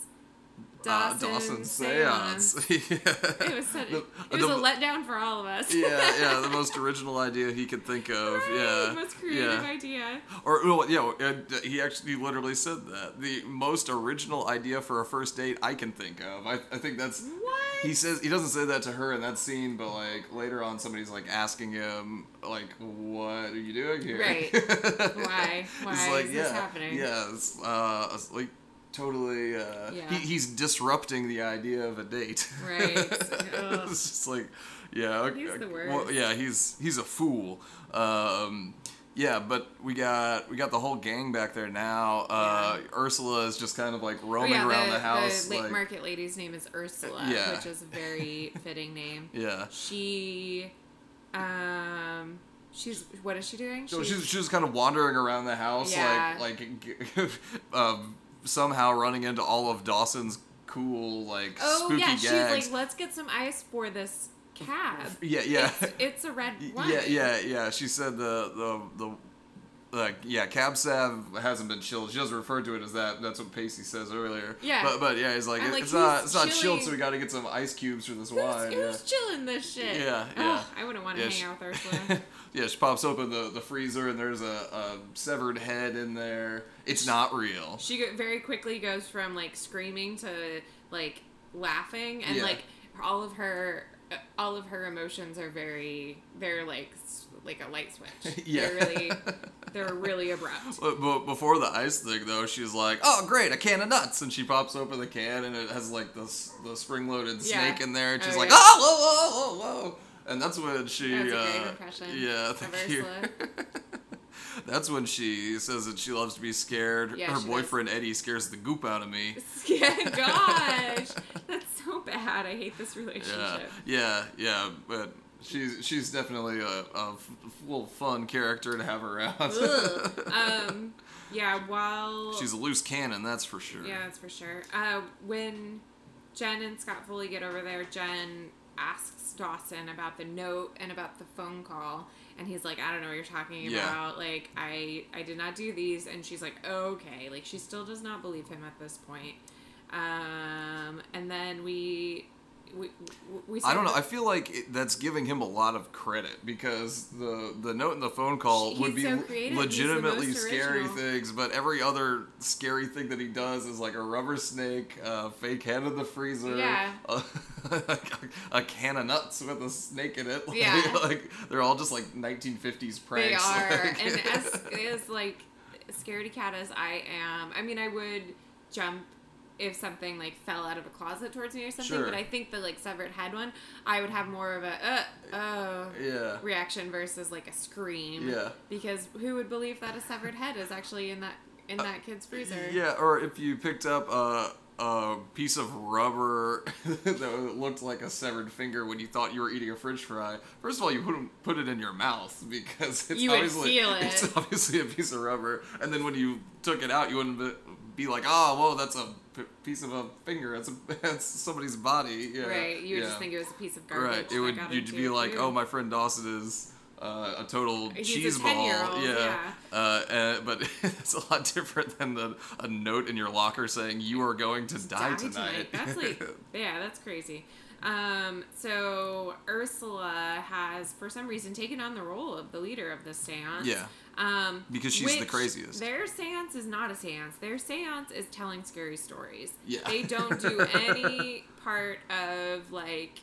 [SPEAKER 2] Uh,
[SPEAKER 3] Dawson, Seance."
[SPEAKER 2] yeah.
[SPEAKER 3] It was such.
[SPEAKER 2] The-
[SPEAKER 3] it was
[SPEAKER 2] the-
[SPEAKER 3] a letdown for all of us.
[SPEAKER 2] yeah, yeah, the most original idea he could think of. Yeah,
[SPEAKER 3] The most creative
[SPEAKER 2] yeah.
[SPEAKER 3] idea.
[SPEAKER 2] Or well, yeah, and uh, he actually literally said that the most original idea for a first date I can think of. I, I think that's
[SPEAKER 3] What?
[SPEAKER 2] he says. He doesn't say that to her in that scene, but like later on, somebody's like asking him, like, "What are you doing here?
[SPEAKER 3] Right. Why? Why
[SPEAKER 2] it's
[SPEAKER 3] is
[SPEAKER 2] like,
[SPEAKER 3] this
[SPEAKER 2] yeah,
[SPEAKER 3] happening?
[SPEAKER 2] Yeah, it's, uh, it's like totally. Uh,
[SPEAKER 3] Yeah.
[SPEAKER 2] he, he's disrupting the idea of a date.
[SPEAKER 3] Right. Ugh.
[SPEAKER 2] it's just like, yeah. Okay,
[SPEAKER 3] He's the
[SPEAKER 2] Well,
[SPEAKER 3] worst.
[SPEAKER 2] yeah, he's he's a fool. Um, yeah, but we got we got the whole gang back there now. Uh, Ursula is just kind of like
[SPEAKER 3] Oh,
[SPEAKER 2] roaming around the, house.
[SPEAKER 3] late
[SPEAKER 2] like,
[SPEAKER 3] market lady's name is Ursula,
[SPEAKER 2] Yeah.
[SPEAKER 3] which is a very fitting name.
[SPEAKER 2] Yeah.
[SPEAKER 3] She, um, she's what is she doing?
[SPEAKER 2] So she's she's just kind of wandering around the house,
[SPEAKER 3] Yeah.
[SPEAKER 2] like like g- um, somehow running into all of Dawson's cool like
[SPEAKER 3] oh
[SPEAKER 2] spooky
[SPEAKER 3] yeah,
[SPEAKER 2] gags.
[SPEAKER 3] she's like, let's get some ice for this cab.
[SPEAKER 2] yeah, yeah,
[SPEAKER 3] It's a red one.
[SPEAKER 2] yeah, yeah, yeah. She said the the the like yeah, cab sav hasn't been chilled. She doesn't refer to it as that. That's what Pacey says earlier.
[SPEAKER 3] Yeah.
[SPEAKER 2] but but yeah, he's like,
[SPEAKER 3] I'm
[SPEAKER 2] it-
[SPEAKER 3] like,
[SPEAKER 2] it's not
[SPEAKER 3] he's
[SPEAKER 2] it's not chilled, so
[SPEAKER 3] chilling.
[SPEAKER 2] we got to get some ice cubes for this
[SPEAKER 3] Who's,
[SPEAKER 2] wine. yeah.
[SPEAKER 3] who's chilling this shit?
[SPEAKER 2] Yeah,
[SPEAKER 3] Ugh,
[SPEAKER 2] yeah.
[SPEAKER 3] I wouldn't want to
[SPEAKER 2] Yeah,
[SPEAKER 3] hang
[SPEAKER 2] she-
[SPEAKER 3] out with Ursula.
[SPEAKER 2] yeah, she pops open the, the freezer and there's a, a severed head in there. It's not real.
[SPEAKER 3] she go- very quickly goes from like screaming to like laughing and
[SPEAKER 2] Yeah.
[SPEAKER 3] like all of her uh, all of her emotions are very they're like s- like a light switch
[SPEAKER 2] Yeah.
[SPEAKER 3] they're really they're really abrupt
[SPEAKER 2] But, but before the ice thing, though, she's like, "Oh, great, a can of nuts!" And she pops open the can, and it has like the s- the spring loaded
[SPEAKER 3] Yeah.
[SPEAKER 2] snake in there, and she's
[SPEAKER 3] Oh,
[SPEAKER 2] like,
[SPEAKER 3] yeah.
[SPEAKER 2] "Oh, whoa, whoa, whoa, whoa!" And that's when she,
[SPEAKER 3] That was a
[SPEAKER 2] uh,
[SPEAKER 3] great impression
[SPEAKER 2] yeah,
[SPEAKER 3] of
[SPEAKER 2] thank you. that's when she says that she loves to be scared.
[SPEAKER 3] Yeah,
[SPEAKER 2] Her
[SPEAKER 3] she does.
[SPEAKER 2] boyfriend Eddie scares the goop out of me.
[SPEAKER 3] yeah gosh that's so bad i hate this relationship
[SPEAKER 2] Yeah, yeah, yeah, but. She's she's definitely a, a f- little fun character to have around.
[SPEAKER 3] Ugh. um yeah while
[SPEAKER 2] she's a loose cannon, that's for sure.
[SPEAKER 3] Yeah, that's for sure. Uh, when Jen and Scott Foley get over there, Jen asks Dawson about the note and about the phone call, and he's like, "I don't know what you're talking
[SPEAKER 2] Yeah.
[SPEAKER 3] about. Like, I I did not do these." And she's like, "Okay." Like, she still does not believe him at this point. Um, and then we we we- we
[SPEAKER 2] I don't know.
[SPEAKER 3] start
[SPEAKER 2] I feel like it, that's giving him a lot of credit because the the note in the phone call
[SPEAKER 3] He's
[SPEAKER 2] would be
[SPEAKER 3] so
[SPEAKER 2] l-
[SPEAKER 3] creative. He's the
[SPEAKER 2] legitimately
[SPEAKER 3] most
[SPEAKER 2] scary
[SPEAKER 3] original.
[SPEAKER 2] things, but every other scary thing that he does is like a rubber snake, a fake head in the freezer,
[SPEAKER 3] Yeah.
[SPEAKER 2] a, a can of nuts with a snake in it. Like,
[SPEAKER 3] Yeah.
[SPEAKER 2] like they're all just like 1950s
[SPEAKER 3] They
[SPEAKER 2] pranks.
[SPEAKER 3] are,
[SPEAKER 2] like-
[SPEAKER 3] and as as like scaredy cat as I am, I mean, I would jump if something like fell out of a closet towards me or something.
[SPEAKER 2] Sure.
[SPEAKER 3] But I think the like severed head one, I would have more of a uh, oh
[SPEAKER 2] yeah.
[SPEAKER 3] reaction versus like a scream.
[SPEAKER 2] Yeah.
[SPEAKER 3] Because who would believe that a severed head is actually in that in that kid's freezer?
[SPEAKER 2] Uh, Yeah, or if you picked up a, a piece of rubber that looked like a severed finger when you thought you were eating a French fry. First of all, you wouldn't put it in your mouth because it's
[SPEAKER 3] You would
[SPEAKER 2] obviously
[SPEAKER 3] feel it.
[SPEAKER 2] it's obviously a piece of rubber. And then when you took it out, you wouldn't be, be like, "Oh, whoa, that's a p- piece of a finger. That's a that's somebody's body." Yeah,
[SPEAKER 3] Right. You would
[SPEAKER 2] yeah.
[SPEAKER 3] just think it was a piece of garbage.
[SPEAKER 2] Right. It
[SPEAKER 3] that
[SPEAKER 2] would.
[SPEAKER 3] got
[SPEAKER 2] You'd
[SPEAKER 3] into
[SPEAKER 2] be
[SPEAKER 3] your
[SPEAKER 2] like,
[SPEAKER 3] food.
[SPEAKER 2] "Oh, my friend Dawson is uh, a total
[SPEAKER 3] He's a
[SPEAKER 2] cheese ball."
[SPEAKER 3] 10-year-old, yeah.
[SPEAKER 2] Uh, uh, but it's a lot different than the, a note in your locker saying you are going to die,
[SPEAKER 3] die tonight. That's like, yeah, that's crazy. Um, so Ursula has, for some reason, taken on the role of the leader of the seance.
[SPEAKER 2] Yeah.
[SPEAKER 3] Um,
[SPEAKER 2] Because she's the
[SPEAKER 3] which
[SPEAKER 2] craziest.
[SPEAKER 3] Their seance is not a seance. Their seance is telling scary stories.
[SPEAKER 2] Yeah.
[SPEAKER 3] They don't do any part of like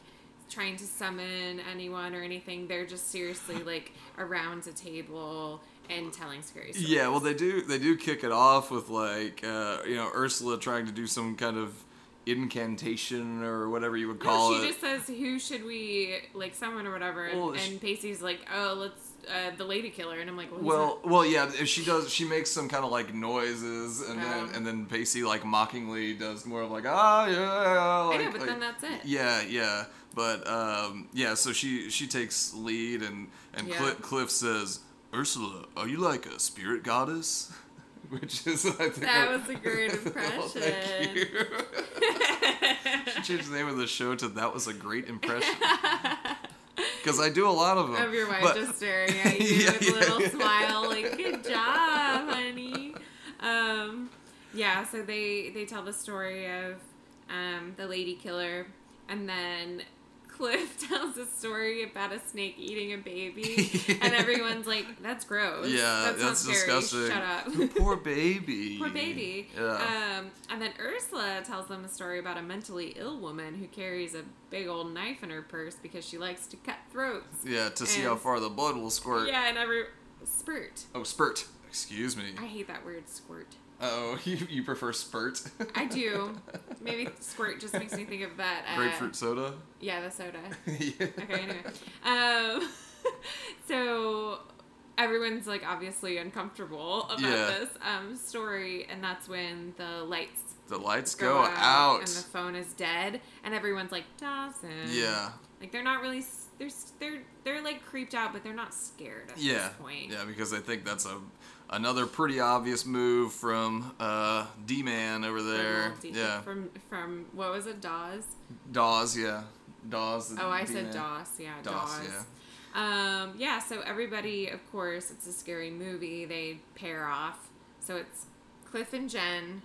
[SPEAKER 3] trying to summon anyone or anything. They're just seriously like around a table and telling scary stories.
[SPEAKER 2] Yeah, well, they do. They do kick it off with like uh, you know Ursula trying to do some kind of incantation or whatever you would call
[SPEAKER 3] No, she
[SPEAKER 2] it.
[SPEAKER 3] just says, "Who should we like summon or whatever?" And,
[SPEAKER 2] Well,
[SPEAKER 3] and
[SPEAKER 2] she-
[SPEAKER 3] Pacey's like, "Oh, let's uh, the lady killer," and I'm like, "Well, who's
[SPEAKER 2] well, well, yeah. If she does, she makes some kind of like noises, and
[SPEAKER 3] Um.
[SPEAKER 2] then and then Pacey like mockingly does more of like ah yeah.
[SPEAKER 3] that?"
[SPEAKER 2] Like,
[SPEAKER 3] I know, but
[SPEAKER 2] like-
[SPEAKER 3] then that's it."
[SPEAKER 2] Yeah, yeah, but um, yeah. So she she takes lead, and and
[SPEAKER 3] Yeah.
[SPEAKER 2] Cli- Cliff says, "Ursula, are you like a spirit goddess?" Which is I think
[SPEAKER 3] That
[SPEAKER 2] a-
[SPEAKER 3] was a great
[SPEAKER 2] Well, thank
[SPEAKER 3] impression.
[SPEAKER 2] you. she changed the name of the show to "That was a great impression" because I do a lot of them.
[SPEAKER 3] of your wife
[SPEAKER 2] but-
[SPEAKER 3] just staring at you
[SPEAKER 2] Yeah,
[SPEAKER 3] with a
[SPEAKER 2] yeah,
[SPEAKER 3] little
[SPEAKER 2] yeah.
[SPEAKER 3] smile, like "Good job, honey." Um, yeah, so they they tell the story of um, the lady killer, and then Cliff tells a story about a snake eating a baby, and everyone's like, "That's gross.
[SPEAKER 2] yeah,
[SPEAKER 3] that's,
[SPEAKER 2] that's,
[SPEAKER 3] not
[SPEAKER 2] disgusting.
[SPEAKER 3] Scary. Shut up."
[SPEAKER 2] Poor baby.
[SPEAKER 3] Poor baby.
[SPEAKER 2] Yeah.
[SPEAKER 3] Um, and then Ursula tells them a story about a mentally ill woman who carries a big old knife in her purse because she likes to cut throats.
[SPEAKER 2] yeah, to see how
[SPEAKER 3] and-
[SPEAKER 2] far the blood will squirt.
[SPEAKER 3] Yeah, and every spurt.
[SPEAKER 2] Oh, spurt. Excuse me.
[SPEAKER 3] I hate that word squirt.
[SPEAKER 2] Oh, you, you prefer spurt?
[SPEAKER 3] I do. Maybe squirt just makes me think of that. Uh,
[SPEAKER 2] Grapefruit soda.
[SPEAKER 3] Yeah, the soda.
[SPEAKER 2] yeah.
[SPEAKER 3] Okay, anyway. Um, so everyone's like obviously uncomfortable about
[SPEAKER 2] Yeah.
[SPEAKER 3] this um, story, and that's when the lights
[SPEAKER 2] The lights
[SPEAKER 3] go, out,
[SPEAKER 2] out.
[SPEAKER 3] and the phone is dead, and everyone's like Dawson.
[SPEAKER 2] yeah.
[SPEAKER 3] Like they're not really. s- They're s- they're they're like creeped out, but they're not scared at
[SPEAKER 2] Yeah.
[SPEAKER 3] this point.
[SPEAKER 2] Yeah, because I think that's a another pretty obvious move from uh, D Man over
[SPEAKER 3] From
[SPEAKER 2] there.
[SPEAKER 3] old D-
[SPEAKER 2] Yeah.
[SPEAKER 3] From from what was it, Dawes?
[SPEAKER 2] Dawes, yeah. Dawes. the
[SPEAKER 3] Oh, I
[SPEAKER 2] D-Man.
[SPEAKER 3] said DOS. Yeah,
[SPEAKER 2] Dawes,
[SPEAKER 3] DOS. Um, yeah, so everybody, of course, it's a scary movie. They pair off. So it's Cliff and Jen,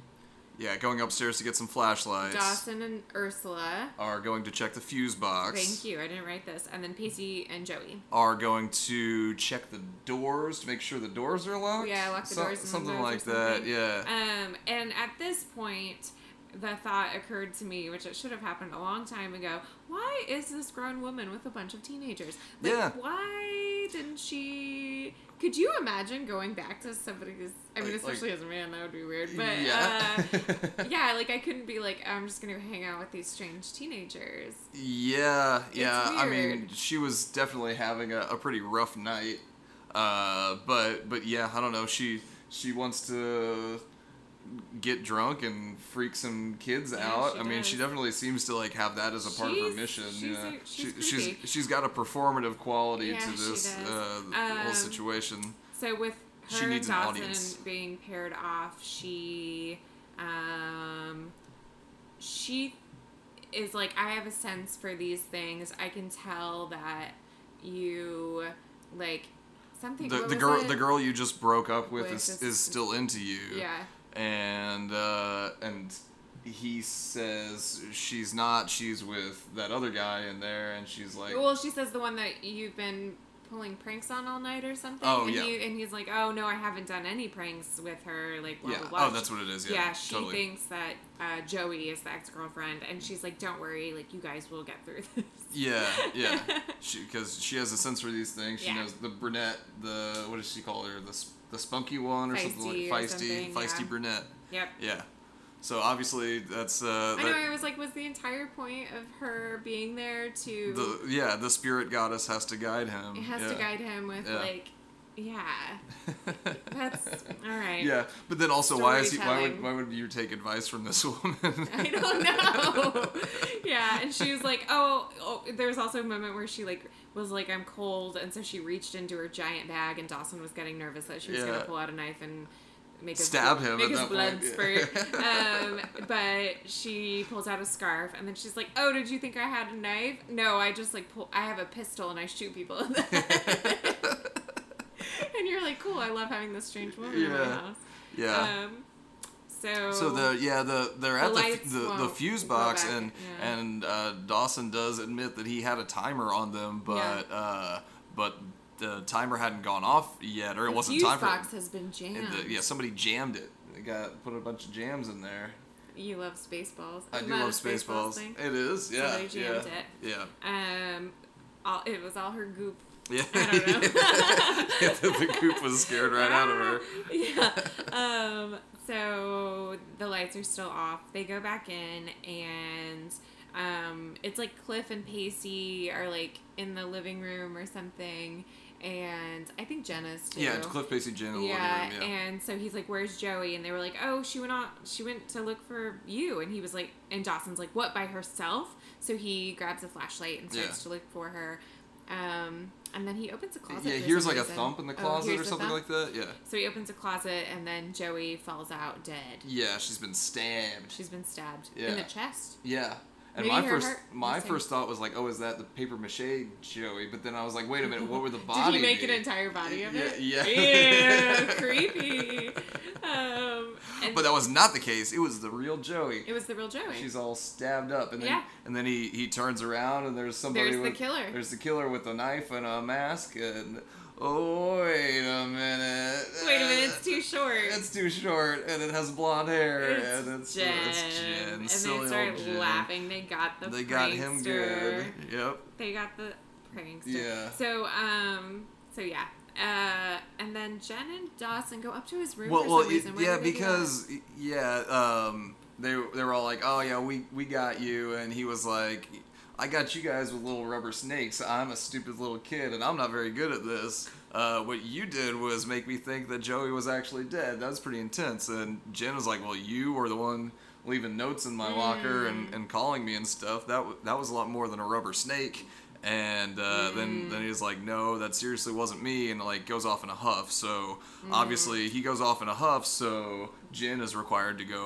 [SPEAKER 2] Yeah, going upstairs to get some flashlights.
[SPEAKER 3] Dawson and Ursula.
[SPEAKER 2] Are going to check the fuse box.
[SPEAKER 3] Thank you. I didn't write this. And then Pacey and Joey.
[SPEAKER 2] Are going to check the doors to make sure the doors are locked.
[SPEAKER 3] Yeah, lock the
[SPEAKER 2] So-
[SPEAKER 3] doors and
[SPEAKER 2] something
[SPEAKER 3] windows or
[SPEAKER 2] like that.
[SPEAKER 3] something.
[SPEAKER 2] Yeah.
[SPEAKER 3] Um, and at this point, the thought occurred to me, which it should have happened a long time ago. Why is this grown woman with a bunch of teenagers? Like,
[SPEAKER 2] Yeah.
[SPEAKER 3] Why didn't she? Could you imagine going back to somebody's? I mean,
[SPEAKER 2] Like-
[SPEAKER 3] especially as a man, that would be weird. But
[SPEAKER 2] yeah.
[SPEAKER 3] uh, yeah, like I couldn't be like, I'm just gonna hang out with these strange teenagers.
[SPEAKER 2] Yeah, yeah. I mean,
[SPEAKER 3] weird.
[SPEAKER 2] she was definitely having a, a pretty rough night. Uh, but but yeah, I don't know. She she wants to get drunk and freak some kids
[SPEAKER 3] Yeah,
[SPEAKER 2] out.
[SPEAKER 3] she
[SPEAKER 2] I mean, she
[SPEAKER 3] does.
[SPEAKER 2] definitely seems to like have that as a part of
[SPEAKER 3] She's-
[SPEAKER 2] her mission.
[SPEAKER 3] she's
[SPEAKER 2] you know?
[SPEAKER 3] a- she's
[SPEAKER 2] she, she's
[SPEAKER 3] creepy.
[SPEAKER 2] she's got a performative quality
[SPEAKER 3] Yeah,
[SPEAKER 2] to
[SPEAKER 3] she
[SPEAKER 2] this
[SPEAKER 3] does.
[SPEAKER 2] uh, whole
[SPEAKER 3] Um,
[SPEAKER 2] situation.
[SPEAKER 3] So with her
[SPEAKER 2] She needs an
[SPEAKER 3] and Dawson
[SPEAKER 2] audience.
[SPEAKER 3] being paired off, she um she is like I have a sense for these things. I can tell that you like something
[SPEAKER 2] The,
[SPEAKER 3] what
[SPEAKER 2] the
[SPEAKER 3] was
[SPEAKER 2] girl
[SPEAKER 3] it?
[SPEAKER 2] the girl you just broke up with
[SPEAKER 3] With
[SPEAKER 2] is,
[SPEAKER 3] this-
[SPEAKER 2] is still into you.
[SPEAKER 3] Yeah.
[SPEAKER 2] and uh, and he says she's not. She's with that other guy in there, and she's like,
[SPEAKER 3] Well, she says the one that you've been pulling pranks on all night or something.
[SPEAKER 2] Oh,
[SPEAKER 3] and
[SPEAKER 2] yeah.
[SPEAKER 3] he- and he's like, "Oh no, I haven't done any pranks with her." Like blah
[SPEAKER 2] yeah,
[SPEAKER 3] blah blah.
[SPEAKER 2] oh, that's what it is. Yeah,
[SPEAKER 3] Yeah, she
[SPEAKER 2] totally.
[SPEAKER 3] thinks that uh, Joey is the ex girlfriend, and she's like, "Don't worry, like you guys will get through this."
[SPEAKER 2] yeah, yeah, because she, has a sense for these things. She
[SPEAKER 3] Yeah.
[SPEAKER 2] knows the brunette, the what does she call her? The s- the spunky one or something
[SPEAKER 3] Feisty
[SPEAKER 2] like
[SPEAKER 3] or
[SPEAKER 2] feisty,
[SPEAKER 3] something,
[SPEAKER 2] feisty
[SPEAKER 3] yeah.
[SPEAKER 2] brunette.
[SPEAKER 3] Yep.
[SPEAKER 2] Yeah, so obviously that's uh,
[SPEAKER 3] I
[SPEAKER 2] that-
[SPEAKER 3] know. I was like, was the entire point of her being there to
[SPEAKER 2] the yeah the spirit goddess has to guide him.
[SPEAKER 3] it has
[SPEAKER 2] yeah.
[SPEAKER 3] to guide him with
[SPEAKER 2] Yeah.
[SPEAKER 3] like, yeah, that's all right.
[SPEAKER 2] Yeah, but then also, why is he? Why would
[SPEAKER 3] Storytelling.
[SPEAKER 2] why would you take advice from this woman?
[SPEAKER 3] I don't know. yeah, and she was like, oh, oh, there was also a moment where she like was like, I'm cold, and so she reached into her giant bag, and Dawson was getting nervous that she was
[SPEAKER 2] Yeah.
[SPEAKER 3] gonna pull out a knife and make his
[SPEAKER 2] Stab him
[SPEAKER 3] make
[SPEAKER 2] at
[SPEAKER 3] his
[SPEAKER 2] that
[SPEAKER 3] blood
[SPEAKER 2] point, yeah.
[SPEAKER 3] spurt. um, but she pulls out a scarf, and then she's like, oh, did you think I had a knife? No, I just like pull. I have a pistol, and I shoot people. in the head." and you're like, cool. I love having this strange woman in my
[SPEAKER 2] Yeah.
[SPEAKER 3] house.
[SPEAKER 2] yeah.
[SPEAKER 3] Um, So,
[SPEAKER 2] So the yeah the they're at the f-
[SPEAKER 3] lights
[SPEAKER 2] the, the
[SPEAKER 3] won't
[SPEAKER 2] fuse
[SPEAKER 3] go
[SPEAKER 2] box
[SPEAKER 3] back,
[SPEAKER 2] and
[SPEAKER 3] yeah.
[SPEAKER 2] and uh, Dawson does admit that he had a timer on them but
[SPEAKER 3] Yeah.
[SPEAKER 2] uh, but the timer hadn't gone off yet or it
[SPEAKER 3] the
[SPEAKER 2] wasn't
[SPEAKER 3] fuse
[SPEAKER 2] time for
[SPEAKER 3] box has been jammed.
[SPEAKER 2] and the, yeah somebody jammed it they got put a bunch of jams in there
[SPEAKER 3] You love Spaceballs.
[SPEAKER 2] I
[SPEAKER 3] Isn't
[SPEAKER 2] do
[SPEAKER 3] that a
[SPEAKER 2] love Spaceballs
[SPEAKER 3] thing?
[SPEAKER 2] it is yeah
[SPEAKER 3] they jammed
[SPEAKER 2] yeah
[SPEAKER 3] it.
[SPEAKER 2] yeah
[SPEAKER 3] Um, all, it was all her goop.
[SPEAKER 2] yeah
[SPEAKER 3] I don't know.
[SPEAKER 2] Yeah, the, the goop was scared right out of her
[SPEAKER 3] yeah. Um, so the lights are still off. They go back in, and um, it's like Cliff and Pacey are like in the living room or something, and I think Jenna's too.
[SPEAKER 2] yeah Cliff Pacey Jen in the
[SPEAKER 3] Yeah,
[SPEAKER 2] living room yeah
[SPEAKER 3] and so he's like, "Where's Joey?" And they were like, "Oh, she went out. She went to look for you." And he was like, and Dawson's like, "What by herself?" So he grabs a flashlight and starts
[SPEAKER 2] Yeah.
[SPEAKER 3] to look for her. Um, and then he opens a closet.
[SPEAKER 2] yeah
[SPEAKER 3] for
[SPEAKER 2] here's
[SPEAKER 3] some
[SPEAKER 2] like a
[SPEAKER 3] reason.
[SPEAKER 2] thump in the
[SPEAKER 3] Oh,
[SPEAKER 2] closet
[SPEAKER 3] here's
[SPEAKER 2] or
[SPEAKER 3] the
[SPEAKER 2] something
[SPEAKER 3] thump?
[SPEAKER 2] like that yeah
[SPEAKER 3] So he opens a closet, and then Joey falls out dead.
[SPEAKER 2] yeah she's been stabbed
[SPEAKER 3] She's been stabbed
[SPEAKER 2] Yeah.
[SPEAKER 3] in the chest.
[SPEAKER 2] Yeah. And my
[SPEAKER 3] Maybe her
[SPEAKER 2] first
[SPEAKER 3] heart
[SPEAKER 2] my
[SPEAKER 3] was saying-
[SPEAKER 2] first thought was like, oh, is that the paper mache Joey? But then I was like, wait a minute, what were the
[SPEAKER 3] Did
[SPEAKER 2] body?
[SPEAKER 3] he make
[SPEAKER 2] be?
[SPEAKER 3] an entire body of
[SPEAKER 2] Yeah, yeah.
[SPEAKER 3] it? Ew, creepy. Um, and
[SPEAKER 2] But that was not the case. It was the real Joey.
[SPEAKER 3] it was the real Joey.
[SPEAKER 2] She's all stabbed up, and then
[SPEAKER 3] Yeah.
[SPEAKER 2] and then he, he turns around, and there's somebody.
[SPEAKER 3] There's the
[SPEAKER 2] with,
[SPEAKER 3] killer.
[SPEAKER 2] There's the killer with a knife and a mask, and oh wait a minute.
[SPEAKER 3] Wait a minute, it's too short.
[SPEAKER 2] "Uh, It's too short, and it has blonde hair,
[SPEAKER 3] It's
[SPEAKER 2] and it's
[SPEAKER 3] Jen.
[SPEAKER 2] it's Jen.
[SPEAKER 3] And they
[SPEAKER 2] Silly
[SPEAKER 3] started
[SPEAKER 2] old Jen.
[SPEAKER 3] laughing. They got the
[SPEAKER 2] They got him
[SPEAKER 3] prankster.
[SPEAKER 2] good. Yep.
[SPEAKER 3] They got the prankster.
[SPEAKER 2] Yeah.
[SPEAKER 3] So um. So yeah. Uh. And then Jen and Dawson go up to his room
[SPEAKER 2] well,
[SPEAKER 3] for
[SPEAKER 2] well,
[SPEAKER 3] some
[SPEAKER 2] it-
[SPEAKER 3] reason. Why
[SPEAKER 2] yeah,
[SPEAKER 3] would they do that?
[SPEAKER 2] because yeah, um, they they were all like, "Oh yeah, we we got you," and he was like, "I got you guys with little rubber snakes. I'm a stupid little kid, and I'm not very good at this." Uh, what you did was make me think that Joey was actually dead. That was pretty intense. And Jen was like, "Well, you were the one leaving notes in my locker and, and calling me and stuff. That w- that was a lot more than a rubber snake." And uh, then then he's like, no, that seriously wasn't me, and like goes off in a huff. So
[SPEAKER 3] Mm.
[SPEAKER 2] obviously he goes off in a huff. So Jen is required to go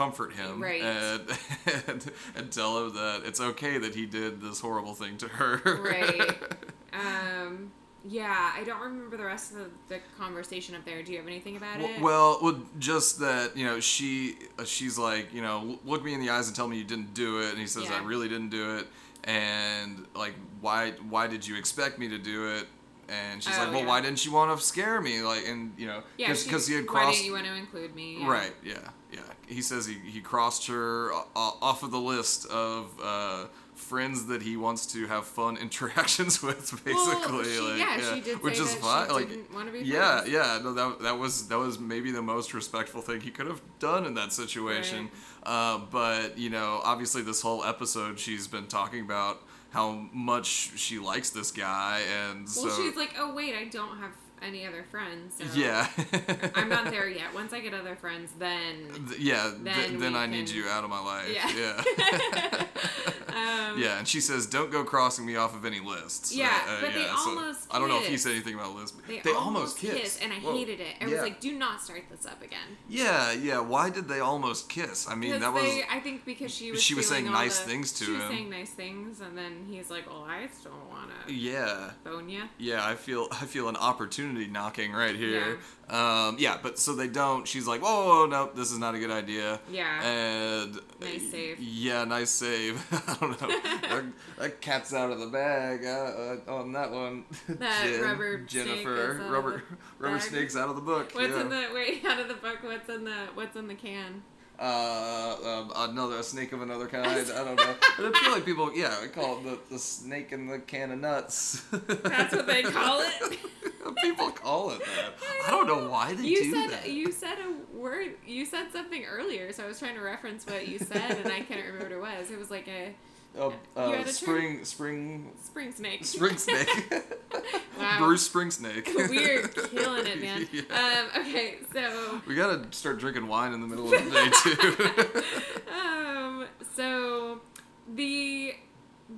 [SPEAKER 2] comfort him
[SPEAKER 3] Right.
[SPEAKER 2] and, and and tell him that it's okay that he did this horrible thing to her.
[SPEAKER 3] Right. Um. Yeah, I don't remember the rest of the, the conversation up there. Do you have anything about
[SPEAKER 2] W-
[SPEAKER 3] it?
[SPEAKER 2] Well, well, just that you know she uh, she's like you know "L- look me in the eyes and tell me you didn't do it, and he says I
[SPEAKER 3] Yeah.
[SPEAKER 2] really didn't do it, and like why why did you expect me to do it? And she's
[SPEAKER 3] Oh,
[SPEAKER 2] like, well,
[SPEAKER 3] yeah.
[SPEAKER 2] why didn't you want to scare me? Like, and you know,
[SPEAKER 3] yeah,
[SPEAKER 2] because
[SPEAKER 3] she-
[SPEAKER 2] he had
[SPEAKER 3] Why
[SPEAKER 2] crossed
[SPEAKER 3] didn't you want to include me? Yeah.
[SPEAKER 2] Right. Yeah. Yeah. He says he, he crossed her o- o- off of the list of uh, friends that he wants to have fun interactions with, basically.
[SPEAKER 3] Well, she-
[SPEAKER 2] like,
[SPEAKER 3] yeah, she did
[SPEAKER 2] which
[SPEAKER 3] say
[SPEAKER 2] is
[SPEAKER 3] that she
[SPEAKER 2] fine. like,
[SPEAKER 3] didn't wanna be
[SPEAKER 2] yeah,
[SPEAKER 3] friends.
[SPEAKER 2] yeah. No, that that was that was maybe the most respectful thing he could have done in that situation. Uh, but you know, obviously, this whole episode, she's been talking about how much she likes this guy, and
[SPEAKER 3] Well,
[SPEAKER 2] so
[SPEAKER 3] she's like, oh wait, I don't have any other friends. So
[SPEAKER 2] yeah.
[SPEAKER 3] I'm not there yet. Once I get other friends, then
[SPEAKER 2] Th- yeah,
[SPEAKER 3] Then
[SPEAKER 2] then,
[SPEAKER 3] we
[SPEAKER 2] then I need
[SPEAKER 3] can-
[SPEAKER 2] you out of my life.
[SPEAKER 3] Yeah.
[SPEAKER 2] Yeah.
[SPEAKER 3] um,
[SPEAKER 2] Yeah, and she says, "Don't go crossing me off of any lists." Uh,
[SPEAKER 3] Yeah, but they almost
[SPEAKER 2] I don't know if he
[SPEAKER 3] kissed.
[SPEAKER 2] said anything about lists. but
[SPEAKER 3] They,
[SPEAKER 2] they
[SPEAKER 3] almost,
[SPEAKER 2] almost
[SPEAKER 3] kissed, and I
[SPEAKER 2] Whoa.
[SPEAKER 3] hated it. I
[SPEAKER 2] yeah.
[SPEAKER 3] was like, "Do not start this up again."
[SPEAKER 2] "Yeah, yeah." Why did they almost kiss? I mean,
[SPEAKER 3] Because
[SPEAKER 2] that was
[SPEAKER 3] they, I think, because she was
[SPEAKER 2] she was
[SPEAKER 3] feeling
[SPEAKER 2] saying
[SPEAKER 3] all
[SPEAKER 2] nice
[SPEAKER 3] the-
[SPEAKER 2] things to
[SPEAKER 3] she was
[SPEAKER 2] him.
[SPEAKER 3] saying nice things, and then he's like, "Well, I still want to
[SPEAKER 2] yeah.
[SPEAKER 3] bone you."
[SPEAKER 2] Yeah, I feel I feel an opportunity knocking right here. Yeah. Um, yeah, but so they don't. She's like, "Whoa, whoa, whoa, no, this is not a good idea."
[SPEAKER 3] Yeah.
[SPEAKER 2] And
[SPEAKER 3] Nice save.
[SPEAKER 2] Yeah, nice save. I don't know. that, that cat's out of the bag uh, uh, on that one.
[SPEAKER 3] That
[SPEAKER 2] Jen,
[SPEAKER 3] rubber snake
[SPEAKER 2] Jennifer
[SPEAKER 3] that's out of
[SPEAKER 2] rubber
[SPEAKER 3] the
[SPEAKER 2] rubber
[SPEAKER 3] bag.
[SPEAKER 2] snakes out of the book.
[SPEAKER 3] What's
[SPEAKER 2] yeah.
[SPEAKER 3] in the wait out of the book? What's in the what's in the can?
[SPEAKER 2] uh, um, another a snake of another kind. I don't know. I feel like people, yeah, I call it the, the snake in the can of nuts.
[SPEAKER 3] That's what they call it.
[SPEAKER 2] people call it that. I don't know why they
[SPEAKER 3] You
[SPEAKER 2] do
[SPEAKER 3] said
[SPEAKER 2] that.
[SPEAKER 3] you said a word. You said something earlier, so I was trying to reference what you said, and I can't remember what it was. It was like a
[SPEAKER 2] uh,
[SPEAKER 3] you
[SPEAKER 2] uh,
[SPEAKER 3] had a term?
[SPEAKER 2] spring, spring,
[SPEAKER 3] spring snake.
[SPEAKER 2] spring snake.
[SPEAKER 3] Wow.
[SPEAKER 2] Bruce Spring Snake.
[SPEAKER 3] We're killing it, man.
[SPEAKER 2] Yeah.
[SPEAKER 3] Um, okay, so
[SPEAKER 2] we gotta start drinking wine in the middle of the day too.
[SPEAKER 3] um, so the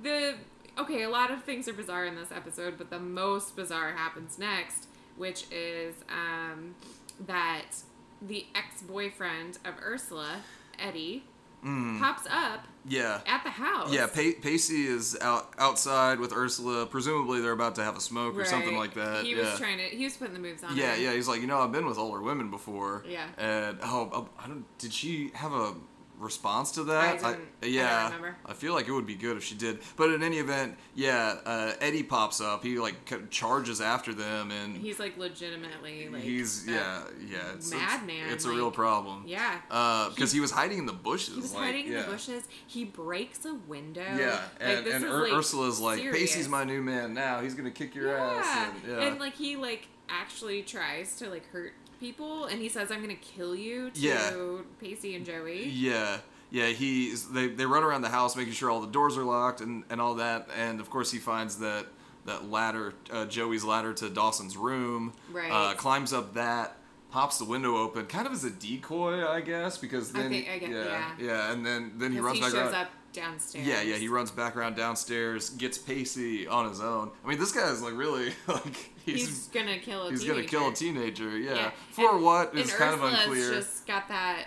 [SPEAKER 3] the okay, a lot of things are bizarre in this episode, but the most bizarre happens next, which is um, that the ex boyfriend of Ursula, Eddie, pops up
[SPEAKER 2] Mm, Yeah.
[SPEAKER 3] at the house.
[SPEAKER 2] Yeah, pa- Pacey is out outside with Ursula. Presumably, they're about to have a smoke or something
[SPEAKER 3] Right.
[SPEAKER 2] like that.
[SPEAKER 3] He
[SPEAKER 2] yeah.
[SPEAKER 3] was trying to. He was putting the moves on.
[SPEAKER 2] Yeah,
[SPEAKER 3] her.
[SPEAKER 2] yeah. He's like, you know, I've been with older women before.
[SPEAKER 3] Yeah.
[SPEAKER 2] And oh, oh, I don't. Did she have a response to that?
[SPEAKER 3] I didn't- I don't
[SPEAKER 2] yeah.
[SPEAKER 3] remember.
[SPEAKER 2] I feel like it would be good if she did. But in any event, yeah. Uh, Eddie pops up. He like ca- charges after them, and
[SPEAKER 3] He's like legitimately like.
[SPEAKER 2] he's
[SPEAKER 3] a
[SPEAKER 2] yeah, yeah. It's, it's-
[SPEAKER 3] madman,
[SPEAKER 2] It's, a real
[SPEAKER 3] like-
[SPEAKER 2] problem.
[SPEAKER 3] Yeah.
[SPEAKER 2] Because he, was hiding in the bushes.
[SPEAKER 3] He was
[SPEAKER 2] like,
[SPEAKER 3] hiding in
[SPEAKER 2] yeah.
[SPEAKER 3] the bushes. He breaks a window.
[SPEAKER 2] Yeah, and,
[SPEAKER 3] this
[SPEAKER 2] and
[SPEAKER 3] is,
[SPEAKER 2] Ur- Ursula's like,
[SPEAKER 3] serious.
[SPEAKER 2] Pacey's my new man now. He's gonna kick your ass. And, yeah,
[SPEAKER 3] and like he like actually tries to like hurt people, and he says, "I'm gonna kill you." To
[SPEAKER 2] Yeah.
[SPEAKER 3] Pacey and Joey.
[SPEAKER 2] yeah, yeah. He they they run around the house making sure all the doors are locked and and all that. And of course, he finds that that ladder, uh, Joey's ladder to Dawson's room.
[SPEAKER 3] Right.
[SPEAKER 2] Uh, climbs up that. Pops the window open, kind of as a decoy, I guess, because
[SPEAKER 3] I
[SPEAKER 2] then
[SPEAKER 3] think- I get-
[SPEAKER 2] yeah,
[SPEAKER 3] yeah.
[SPEAKER 2] and then then he
[SPEAKER 3] 'Cause
[SPEAKER 2] runs
[SPEAKER 3] he
[SPEAKER 2] back around.
[SPEAKER 3] shows up downstairs.
[SPEAKER 2] Yeah, yeah, he runs back around downstairs, gets Pacey on his own. I mean, this guy is like really like
[SPEAKER 3] He's, gonna kill a.
[SPEAKER 2] he's gonna kill a
[SPEAKER 3] teenager.
[SPEAKER 2] teenager. Yeah,
[SPEAKER 3] Yeah.
[SPEAKER 2] for
[SPEAKER 3] And-
[SPEAKER 2] what
[SPEAKER 3] and
[SPEAKER 2] is kind of
[SPEAKER 3] Ursula's
[SPEAKER 2] unclear.
[SPEAKER 3] Just got that.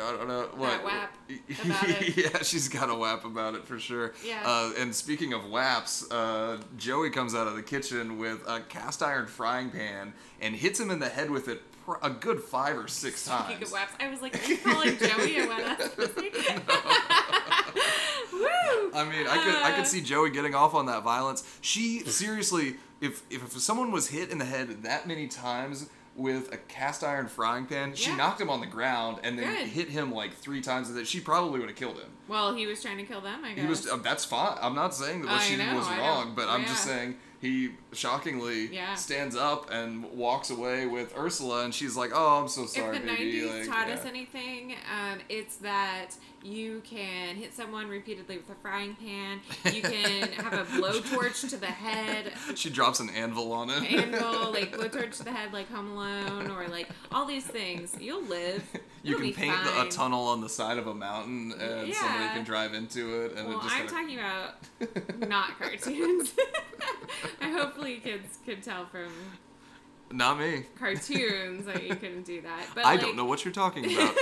[SPEAKER 2] I don't know what.
[SPEAKER 3] wap about it.
[SPEAKER 2] yeah, she's got a whap about it for sure.
[SPEAKER 3] Yeah.
[SPEAKER 2] Uh, and speaking of whaps, uh, Joey comes out of the kitchen with a cast iron frying pan and hits him in the head with it pr- a good five or six times.
[SPEAKER 3] Speaking of waps, I was like, are you calling Joey a wap? Woo!
[SPEAKER 2] I mean, I could I
[SPEAKER 3] Uh,
[SPEAKER 2] could see Joey getting off on that violence. She seriously, if if someone was hit in the head that many times with a cast iron frying pan, she
[SPEAKER 3] Yeah.
[SPEAKER 2] knocked him on the ground and then
[SPEAKER 3] Good.
[SPEAKER 2] hit him like three times. That she probably would have killed him.
[SPEAKER 3] Well, he was trying to kill them, I guess.
[SPEAKER 2] He was. Uh, that's fine. I'm not saying that what
[SPEAKER 3] I
[SPEAKER 2] she did
[SPEAKER 3] know,
[SPEAKER 2] was
[SPEAKER 3] I know.
[SPEAKER 2] wrong, but I'm just
[SPEAKER 3] Yeah.
[SPEAKER 2] saying he shockingly
[SPEAKER 3] Yeah.
[SPEAKER 2] stands up and walks away with Ursula, and she's like, "Oh, I'm so sorry,
[SPEAKER 3] if the
[SPEAKER 2] baby."
[SPEAKER 3] 90s
[SPEAKER 2] like,
[SPEAKER 3] taught us
[SPEAKER 2] yeah.
[SPEAKER 3] anything, um, it's that you can hit someone repeatedly with a frying pan, you can have a blowtorch to the head.
[SPEAKER 2] she drops an anvil on him.
[SPEAKER 3] Anvil, like blowtorch to the head, like Home Alone, or like all these things. You'll live.
[SPEAKER 2] You
[SPEAKER 3] It'll
[SPEAKER 2] can
[SPEAKER 3] be
[SPEAKER 2] paint the, a
[SPEAKER 3] fine.
[SPEAKER 2] tunnel on the side of a mountain, and somebody
[SPEAKER 3] Yeah.
[SPEAKER 2] can drive into it, and
[SPEAKER 3] Well,
[SPEAKER 2] it just
[SPEAKER 3] I'm
[SPEAKER 2] kinda,
[SPEAKER 3] talking about not cartoons. I hopefully kids could tell from
[SPEAKER 2] not me.
[SPEAKER 3] cartoons that you couldn't do that. But
[SPEAKER 2] I
[SPEAKER 3] like,
[SPEAKER 2] don't know what you're talking about.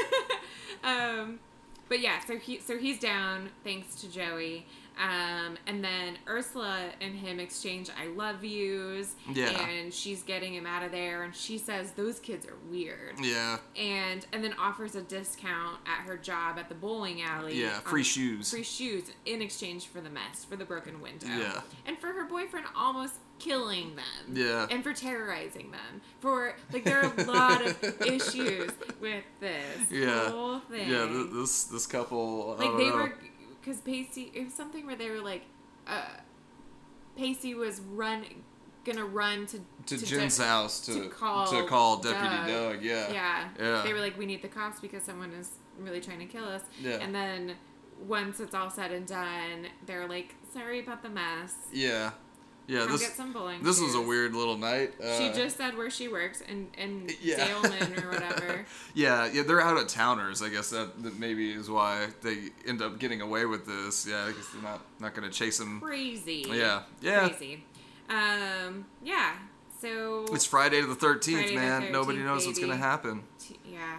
[SPEAKER 3] Um, but yeah, so he so he's down thanks to Joey. Um, and then Ursula and him exchange I love yous.
[SPEAKER 2] Yeah.
[SPEAKER 3] And she's getting him out of there, and she says those kids are weird.
[SPEAKER 2] yeah,
[SPEAKER 3] And and then offers a discount at her job at the bowling alley.
[SPEAKER 2] yeah,
[SPEAKER 3] on
[SPEAKER 2] free shoes.
[SPEAKER 3] free shoes in exchange for the mess, for the broken window.
[SPEAKER 2] Yeah.
[SPEAKER 3] And for her boyfriend almost killing them.
[SPEAKER 2] Yeah.
[SPEAKER 3] And for terrorizing them. For, like, there are a lot of issues with this
[SPEAKER 2] yeah,
[SPEAKER 3] whole thing.
[SPEAKER 2] yeah. th- This this couple, I
[SPEAKER 3] like,
[SPEAKER 2] don't
[SPEAKER 3] they
[SPEAKER 2] know.
[SPEAKER 3] were, because Pacey, it was something where they were like, uh, Pacey was run, gonna run to,
[SPEAKER 2] to,
[SPEAKER 3] Jen-
[SPEAKER 2] Jen's house to
[SPEAKER 3] to call
[SPEAKER 2] to call Deputy
[SPEAKER 3] Doug.
[SPEAKER 2] Doug. Yeah,
[SPEAKER 3] yeah.
[SPEAKER 2] yeah.
[SPEAKER 3] They were like, we need the cops because someone is really trying to kill us.
[SPEAKER 2] Yeah.
[SPEAKER 3] And then once it's all said and done, they're like, sorry about the mess.
[SPEAKER 2] yeah, yeah.
[SPEAKER 3] Come
[SPEAKER 2] This
[SPEAKER 3] get some bowling.
[SPEAKER 2] this was a
[SPEAKER 3] shoes."
[SPEAKER 2] weird little night. Uh,
[SPEAKER 3] She just said where she works and and
[SPEAKER 2] Yeah.
[SPEAKER 3] Daleman or whatever.
[SPEAKER 2] Yeah, yeah, they're out of towners. I guess that, that maybe is why they end up getting away with this. Yeah, I guess they're not not gonna chase him.
[SPEAKER 3] Crazy.
[SPEAKER 2] Yeah, yeah.
[SPEAKER 3] Crazy. Um. Yeah. So.
[SPEAKER 2] It's Friday the thirteenth,
[SPEAKER 3] Friday the
[SPEAKER 2] man. Nobody
[SPEAKER 3] 13th,
[SPEAKER 2] knows what's gonna
[SPEAKER 3] baby.
[SPEAKER 2] happen.
[SPEAKER 3] t- yeah.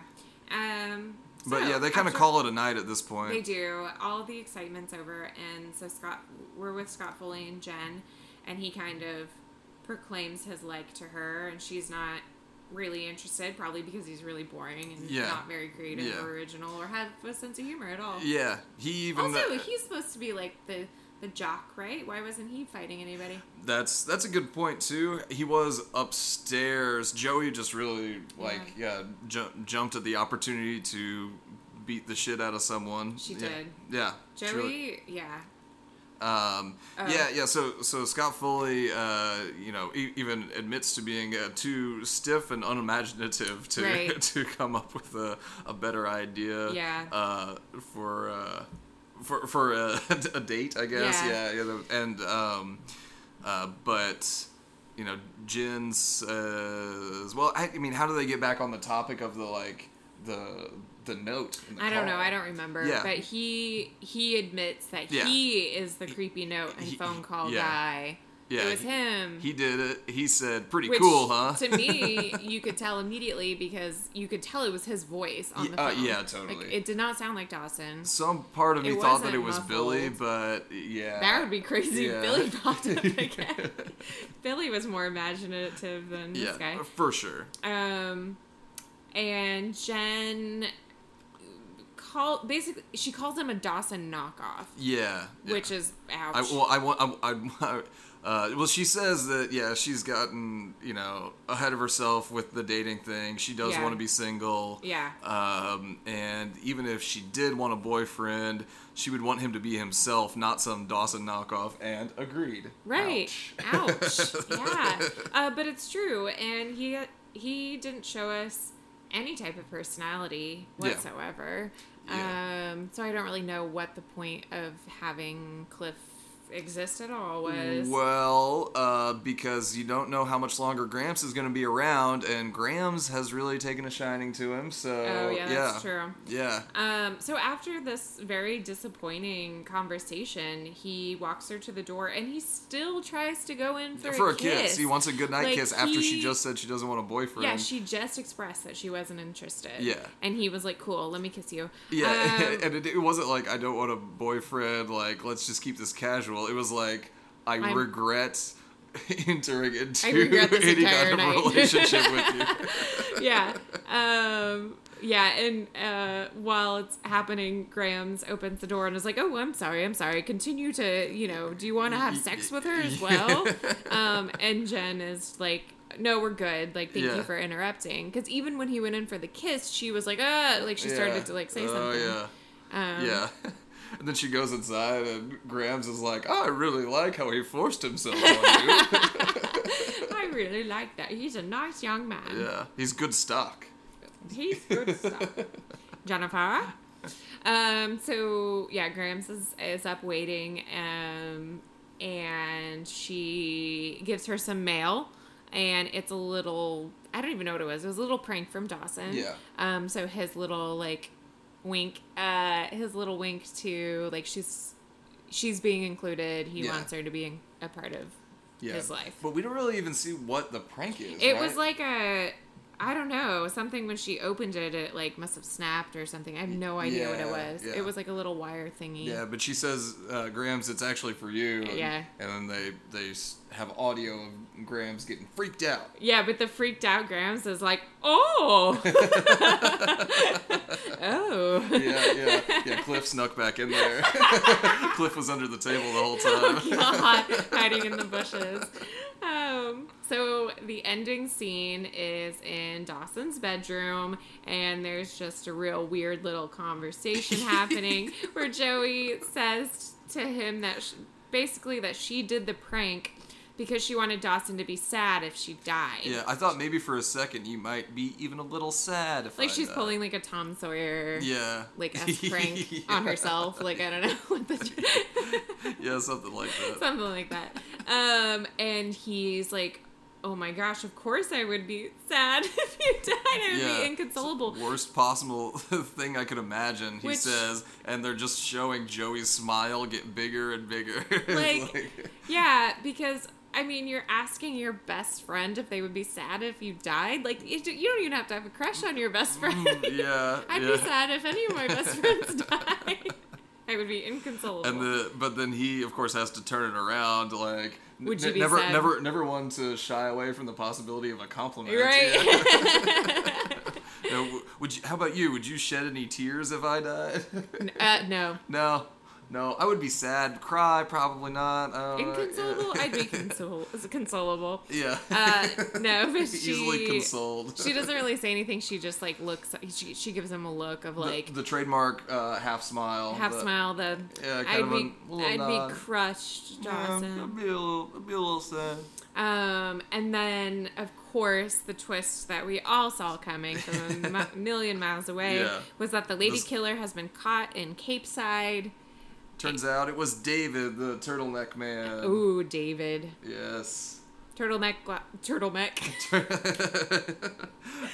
[SPEAKER 3] Um.
[SPEAKER 2] But
[SPEAKER 3] so,
[SPEAKER 2] yeah, they kind of
[SPEAKER 3] after-
[SPEAKER 2] call it a night at this point.
[SPEAKER 3] They do. All the excitement's over, and so Scott, we're with Scott Foley and Jen, and he kind of proclaims his like to her, and she's not really interested, probably because he's really boring and
[SPEAKER 2] Yeah.
[SPEAKER 3] not very creative
[SPEAKER 2] Yeah.
[SPEAKER 3] or original or have a sense of humor at all.
[SPEAKER 2] Yeah, he even uh,
[SPEAKER 3] Also,
[SPEAKER 2] that-
[SPEAKER 3] he's supposed to be like the the jock, right? Why wasn't he fighting anybody?
[SPEAKER 2] that's that's a good point too. He was upstairs. Joey just really like yeah, ju- jumped at the opportunity to beat the shit out of someone.
[SPEAKER 3] She
[SPEAKER 2] Yeah.
[SPEAKER 3] did.
[SPEAKER 2] Yeah. she
[SPEAKER 3] Joey,
[SPEAKER 2] really-
[SPEAKER 3] yeah,
[SPEAKER 2] Um,
[SPEAKER 3] Oh.
[SPEAKER 2] Yeah, yeah. So, so Scott Foley, uh, you know, e- even admits to being uh, too stiff and unimaginative to
[SPEAKER 3] Right.
[SPEAKER 2] to come up with a, a better idea.
[SPEAKER 3] Yeah.
[SPEAKER 2] Uh, for uh, for for a, a date, I guess.
[SPEAKER 3] Yeah.
[SPEAKER 2] Yeah. yeah, the- and um, uh, but. You know, Jen's uh, well. I, I mean, how do they get back on the topic of the like the the note? In the
[SPEAKER 3] I don't
[SPEAKER 2] car?
[SPEAKER 3] know, I don't remember,
[SPEAKER 2] Yeah.
[SPEAKER 3] but he he admits that
[SPEAKER 2] Yeah.
[SPEAKER 3] he is the creepy note and
[SPEAKER 2] He-
[SPEAKER 3] phone call
[SPEAKER 2] yeah.
[SPEAKER 3] guy
[SPEAKER 2] Yeah,
[SPEAKER 3] it was
[SPEAKER 2] he-
[SPEAKER 3] him.
[SPEAKER 2] He did it. He said, "Pretty
[SPEAKER 3] Which,
[SPEAKER 2] cool, huh?"
[SPEAKER 3] to me, you could tell immediately because you could tell it was his voice on the
[SPEAKER 2] Yeah, uh,
[SPEAKER 3] phone.
[SPEAKER 2] yeah,
[SPEAKER 3] Like,
[SPEAKER 2] totally.
[SPEAKER 3] it did not sound like Dawson.
[SPEAKER 2] Some part of me
[SPEAKER 3] It
[SPEAKER 2] thought that
[SPEAKER 3] wasn't
[SPEAKER 2] it was Billy,
[SPEAKER 3] muffled.
[SPEAKER 2] but yeah,
[SPEAKER 3] That would be crazy.
[SPEAKER 2] Yeah.
[SPEAKER 3] if Billy popped up again. Billy was more imaginative than
[SPEAKER 2] yeah,
[SPEAKER 3] this guy.
[SPEAKER 2] for sure.
[SPEAKER 3] Um, and Jen call basically she calls him a Dawson knockoff,
[SPEAKER 2] Yeah, yeah.
[SPEAKER 3] which is ouch.
[SPEAKER 2] I, well, I want. I, I, uh, well, she says that yeah, she's gotten you know ahead of herself with the dating thing. She does
[SPEAKER 3] Yeah.
[SPEAKER 2] want to be single.
[SPEAKER 3] Yeah.
[SPEAKER 2] Um, and even if she did want a boyfriend, she would want him to be himself, not some Dawson knockoff. And agreed.
[SPEAKER 3] right.
[SPEAKER 2] Ouch.
[SPEAKER 3] Ouch. yeah. Uh, but it's true, and he he didn't show us any type of personality
[SPEAKER 2] Yeah.
[SPEAKER 3] whatsoever.
[SPEAKER 2] Yeah.
[SPEAKER 3] Um, so I don't really know what the point of having Cliff exist at all was.
[SPEAKER 2] Well, uh, because you don't know how much longer Gramps is going to be around, and Gramps has really taken a shining to him. So
[SPEAKER 3] Oh yeah, that's true.
[SPEAKER 2] Yeah.
[SPEAKER 3] Um, so after this very disappointing conversation, he walks her to the door, and he still tries to go in for,
[SPEAKER 2] for
[SPEAKER 3] a, kiss.
[SPEAKER 2] He wants a good night
[SPEAKER 3] Like,
[SPEAKER 2] kiss after she
[SPEAKER 3] he-
[SPEAKER 2] just said she doesn't want a boyfriend.
[SPEAKER 3] Yeah, she just expressed that she wasn't interested.
[SPEAKER 2] Yeah.
[SPEAKER 3] and he was like, "Cool, let me kiss you."
[SPEAKER 2] Yeah,
[SPEAKER 3] Um,
[SPEAKER 2] and it, it wasn't like I don't want a boyfriend. Like let's just keep this casual. It was like I
[SPEAKER 3] I'm-
[SPEAKER 2] regret entering into
[SPEAKER 3] regret this
[SPEAKER 2] any
[SPEAKER 3] entire
[SPEAKER 2] kind of
[SPEAKER 3] night."
[SPEAKER 2] relationship with you.
[SPEAKER 3] yeah. Um, yeah, and uh, while it's happening, Grams opens the door and is like, "Oh, I'm sorry, I'm sorry. Continue to, you know, do you want to have sex with her as well?" Um, and Jen is like, "No, we're good. Like, thank
[SPEAKER 2] Yeah.
[SPEAKER 3] you for interrupting." Because even when he went in for the kiss, she was like, "Ah," like she started
[SPEAKER 2] Yeah.
[SPEAKER 3] to like say
[SPEAKER 2] Oh
[SPEAKER 3] something.
[SPEAKER 2] yeah,
[SPEAKER 3] Um,
[SPEAKER 2] yeah. And then she goes inside, and Grams is like, "Oh, "I really like how he forced himself on you."
[SPEAKER 3] I really like that. He's a nice young man.
[SPEAKER 2] yeah, he's good stock.
[SPEAKER 3] He's good stuff. Jennifer. Um, so yeah, Grams is, is up waiting, um, and she gives her some mail, and it's a little I don't even know what it was. It was a little prank from Dawson.
[SPEAKER 2] Yeah.
[SPEAKER 3] Um, so his little like wink, uh, his little wink to like she's she's being included. He
[SPEAKER 2] Yeah.
[SPEAKER 3] wants her to be in- a part of
[SPEAKER 2] Yeah,
[SPEAKER 3] his life.
[SPEAKER 2] But we don't really even see what the prank is.
[SPEAKER 3] It
[SPEAKER 2] right?
[SPEAKER 3] was like a, I don't know, something when she opened it, it like must have snapped or something. I have no idea
[SPEAKER 2] yeah,
[SPEAKER 3] what it was.
[SPEAKER 2] yeah.
[SPEAKER 3] It was like a little wire thingy.
[SPEAKER 2] Yeah, but she says, uh, "Grams, it's actually for you." And,
[SPEAKER 3] Yeah.
[SPEAKER 2] And then they they s- have audio of Grams getting freaked out.
[SPEAKER 3] Yeah, but the freaked out Grams is like, oh, oh.
[SPEAKER 2] Yeah, yeah, yeah. Cliff snuck back in there. Cliff was under the table the whole
[SPEAKER 3] Oh
[SPEAKER 2] time.
[SPEAKER 3] God, hiding in the bushes. Um, so the ending scene is in Dawson's bedroom, and there's just a real weird little conversation happening where Joey says to him that sh basically that she did the prank because she wanted Dawson to be sad if she died.
[SPEAKER 2] Yeah, I thought maybe for a second you might be even a little sad if
[SPEAKER 3] like
[SPEAKER 2] I
[SPEAKER 3] she's
[SPEAKER 2] die.
[SPEAKER 3] pulling like a Tom Sawyer.
[SPEAKER 2] Yeah.
[SPEAKER 3] Like a prank on herself. Like I don't know what the
[SPEAKER 2] Yeah, something like that.
[SPEAKER 3] something like that. Um, and he's like, "Oh my gosh, of course I would be sad if you died. I would
[SPEAKER 2] Yeah.
[SPEAKER 3] be inconsolable."
[SPEAKER 2] Worst possible thing I could imagine, he
[SPEAKER 3] Which-
[SPEAKER 2] says, and they're just showing Joey's smile get bigger and bigger. It's
[SPEAKER 3] Like- Yeah, because I mean, you're asking your best friend if they would be sad if you died. Like, you don't you don't even have to have a crush on your best friend.
[SPEAKER 2] yeah,
[SPEAKER 3] I'd
[SPEAKER 2] yeah.
[SPEAKER 3] be sad if any of my best friends died. I would be inconsolable.
[SPEAKER 2] And the but then he of course has to turn it around like n-
[SPEAKER 3] Would you
[SPEAKER 2] n-
[SPEAKER 3] be
[SPEAKER 2] never
[SPEAKER 3] sad?
[SPEAKER 2] never never one to shy away from the possibility of a compliment. Yeah.
[SPEAKER 3] right.
[SPEAKER 2] You know, would you, how about you? Would you shed any tears if I died?
[SPEAKER 3] uh, no.
[SPEAKER 2] no. No, I would be sad, cry, probably not. Uh,
[SPEAKER 3] Inconsolable? I'd be consol- consolable.
[SPEAKER 2] Yeah.
[SPEAKER 3] Uh, no, but she,
[SPEAKER 2] Easily consoled.
[SPEAKER 3] She doesn't really say anything. She just like looks. She, she gives him a look of
[SPEAKER 2] The-
[SPEAKER 3] like
[SPEAKER 2] the, trademark uh, half smile.
[SPEAKER 3] half
[SPEAKER 2] the-
[SPEAKER 3] smile. The
[SPEAKER 2] Yeah, kind
[SPEAKER 3] I'd
[SPEAKER 2] of
[SPEAKER 3] be
[SPEAKER 2] a little
[SPEAKER 3] I'd
[SPEAKER 2] nod.
[SPEAKER 3] be crushed,
[SPEAKER 2] Yeah, I'd
[SPEAKER 3] Dawson.
[SPEAKER 2] be a little, I'd be a little sad.
[SPEAKER 3] Um, and then of course the twist that we all saw coming from a mi- million miles away
[SPEAKER 2] Yeah.
[SPEAKER 3] was that the lady
[SPEAKER 2] This-
[SPEAKER 3] killer has been caught in Cape Side.
[SPEAKER 2] Turns out it was David, the turtleneck man.
[SPEAKER 3] Ooh, David,
[SPEAKER 2] Yes.
[SPEAKER 3] turtleneck, gla- turtleneck,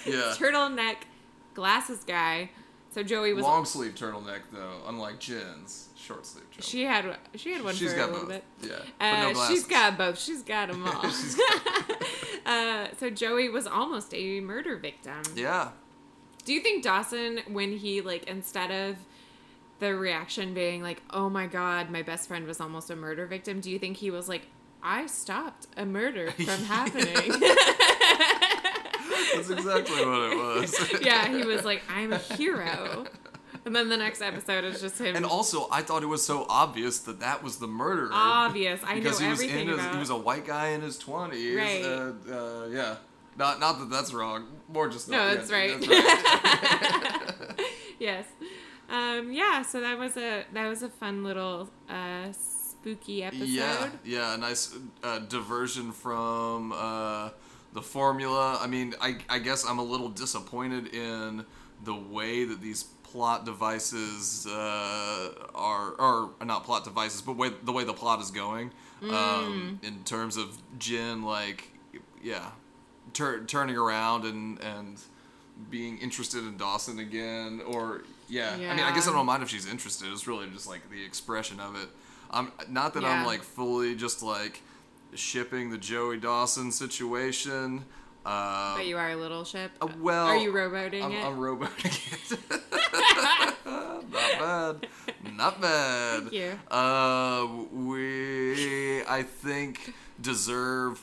[SPEAKER 2] yeah.
[SPEAKER 3] turtleneck, glasses guy. So Joey was
[SPEAKER 2] Long sleeve turtleneck though, unlike Jen's short sleeve turtleneck.
[SPEAKER 3] she had she had one
[SPEAKER 2] She's
[SPEAKER 3] for
[SPEAKER 2] got
[SPEAKER 3] a little
[SPEAKER 2] both.
[SPEAKER 3] bit.
[SPEAKER 2] Yeah. but no
[SPEAKER 3] Uh, she's
[SPEAKER 2] glasses.
[SPEAKER 3] got both. She's got them all.
[SPEAKER 2] She's
[SPEAKER 3] uh, so Joey was almost a murder victim.
[SPEAKER 2] Yeah.
[SPEAKER 3] Do you think Dawson, when he like instead of the reaction being like, "Oh my God, my best friend was almost a murder victim," do you think he was like, "I stopped a murder from happening"?
[SPEAKER 2] That's exactly what it was.
[SPEAKER 3] yeah, he was like, "I'm a hero," and then the next episode is just him.
[SPEAKER 2] And also, I thought it was so obvious that that was the murderer.
[SPEAKER 3] obvious. I know
[SPEAKER 2] because he was
[SPEAKER 3] everything
[SPEAKER 2] in his,
[SPEAKER 3] about.
[SPEAKER 2] he was a white guy in his twenties.
[SPEAKER 3] Right.
[SPEAKER 2] Uh, uh, yeah. Not not that that's wrong. More just
[SPEAKER 3] No,
[SPEAKER 2] that-
[SPEAKER 3] that's
[SPEAKER 2] yeah,
[SPEAKER 3] right.
[SPEAKER 2] That's right.
[SPEAKER 3] yes. Um, yeah. So that was a that was a fun little uh, spooky episode.
[SPEAKER 2] yeah, Um, yeah. A nice uh, diversion from uh, the formula. I mean, I I guess I'm a little disappointed in the way that these plot devices uh, are or not plot devices, but way, the way the plot is going um, in terms of Jin like yeah tur- turning around and and being interested in Dawson again or yeah. I mean I guess I
[SPEAKER 3] Yeah.
[SPEAKER 2] don't mind if she's interested it's really just like the expression of it I'm not that I'm
[SPEAKER 3] Yeah.
[SPEAKER 2] like fully just like shipping the Joey Dawson situation uh,
[SPEAKER 3] But you are a little ship.
[SPEAKER 2] uh, well
[SPEAKER 3] are you rowboating
[SPEAKER 2] I'm,
[SPEAKER 3] it?
[SPEAKER 2] I'm rowboating it not bad not bad
[SPEAKER 3] Thank you.
[SPEAKER 2] uh, we, I think, deserve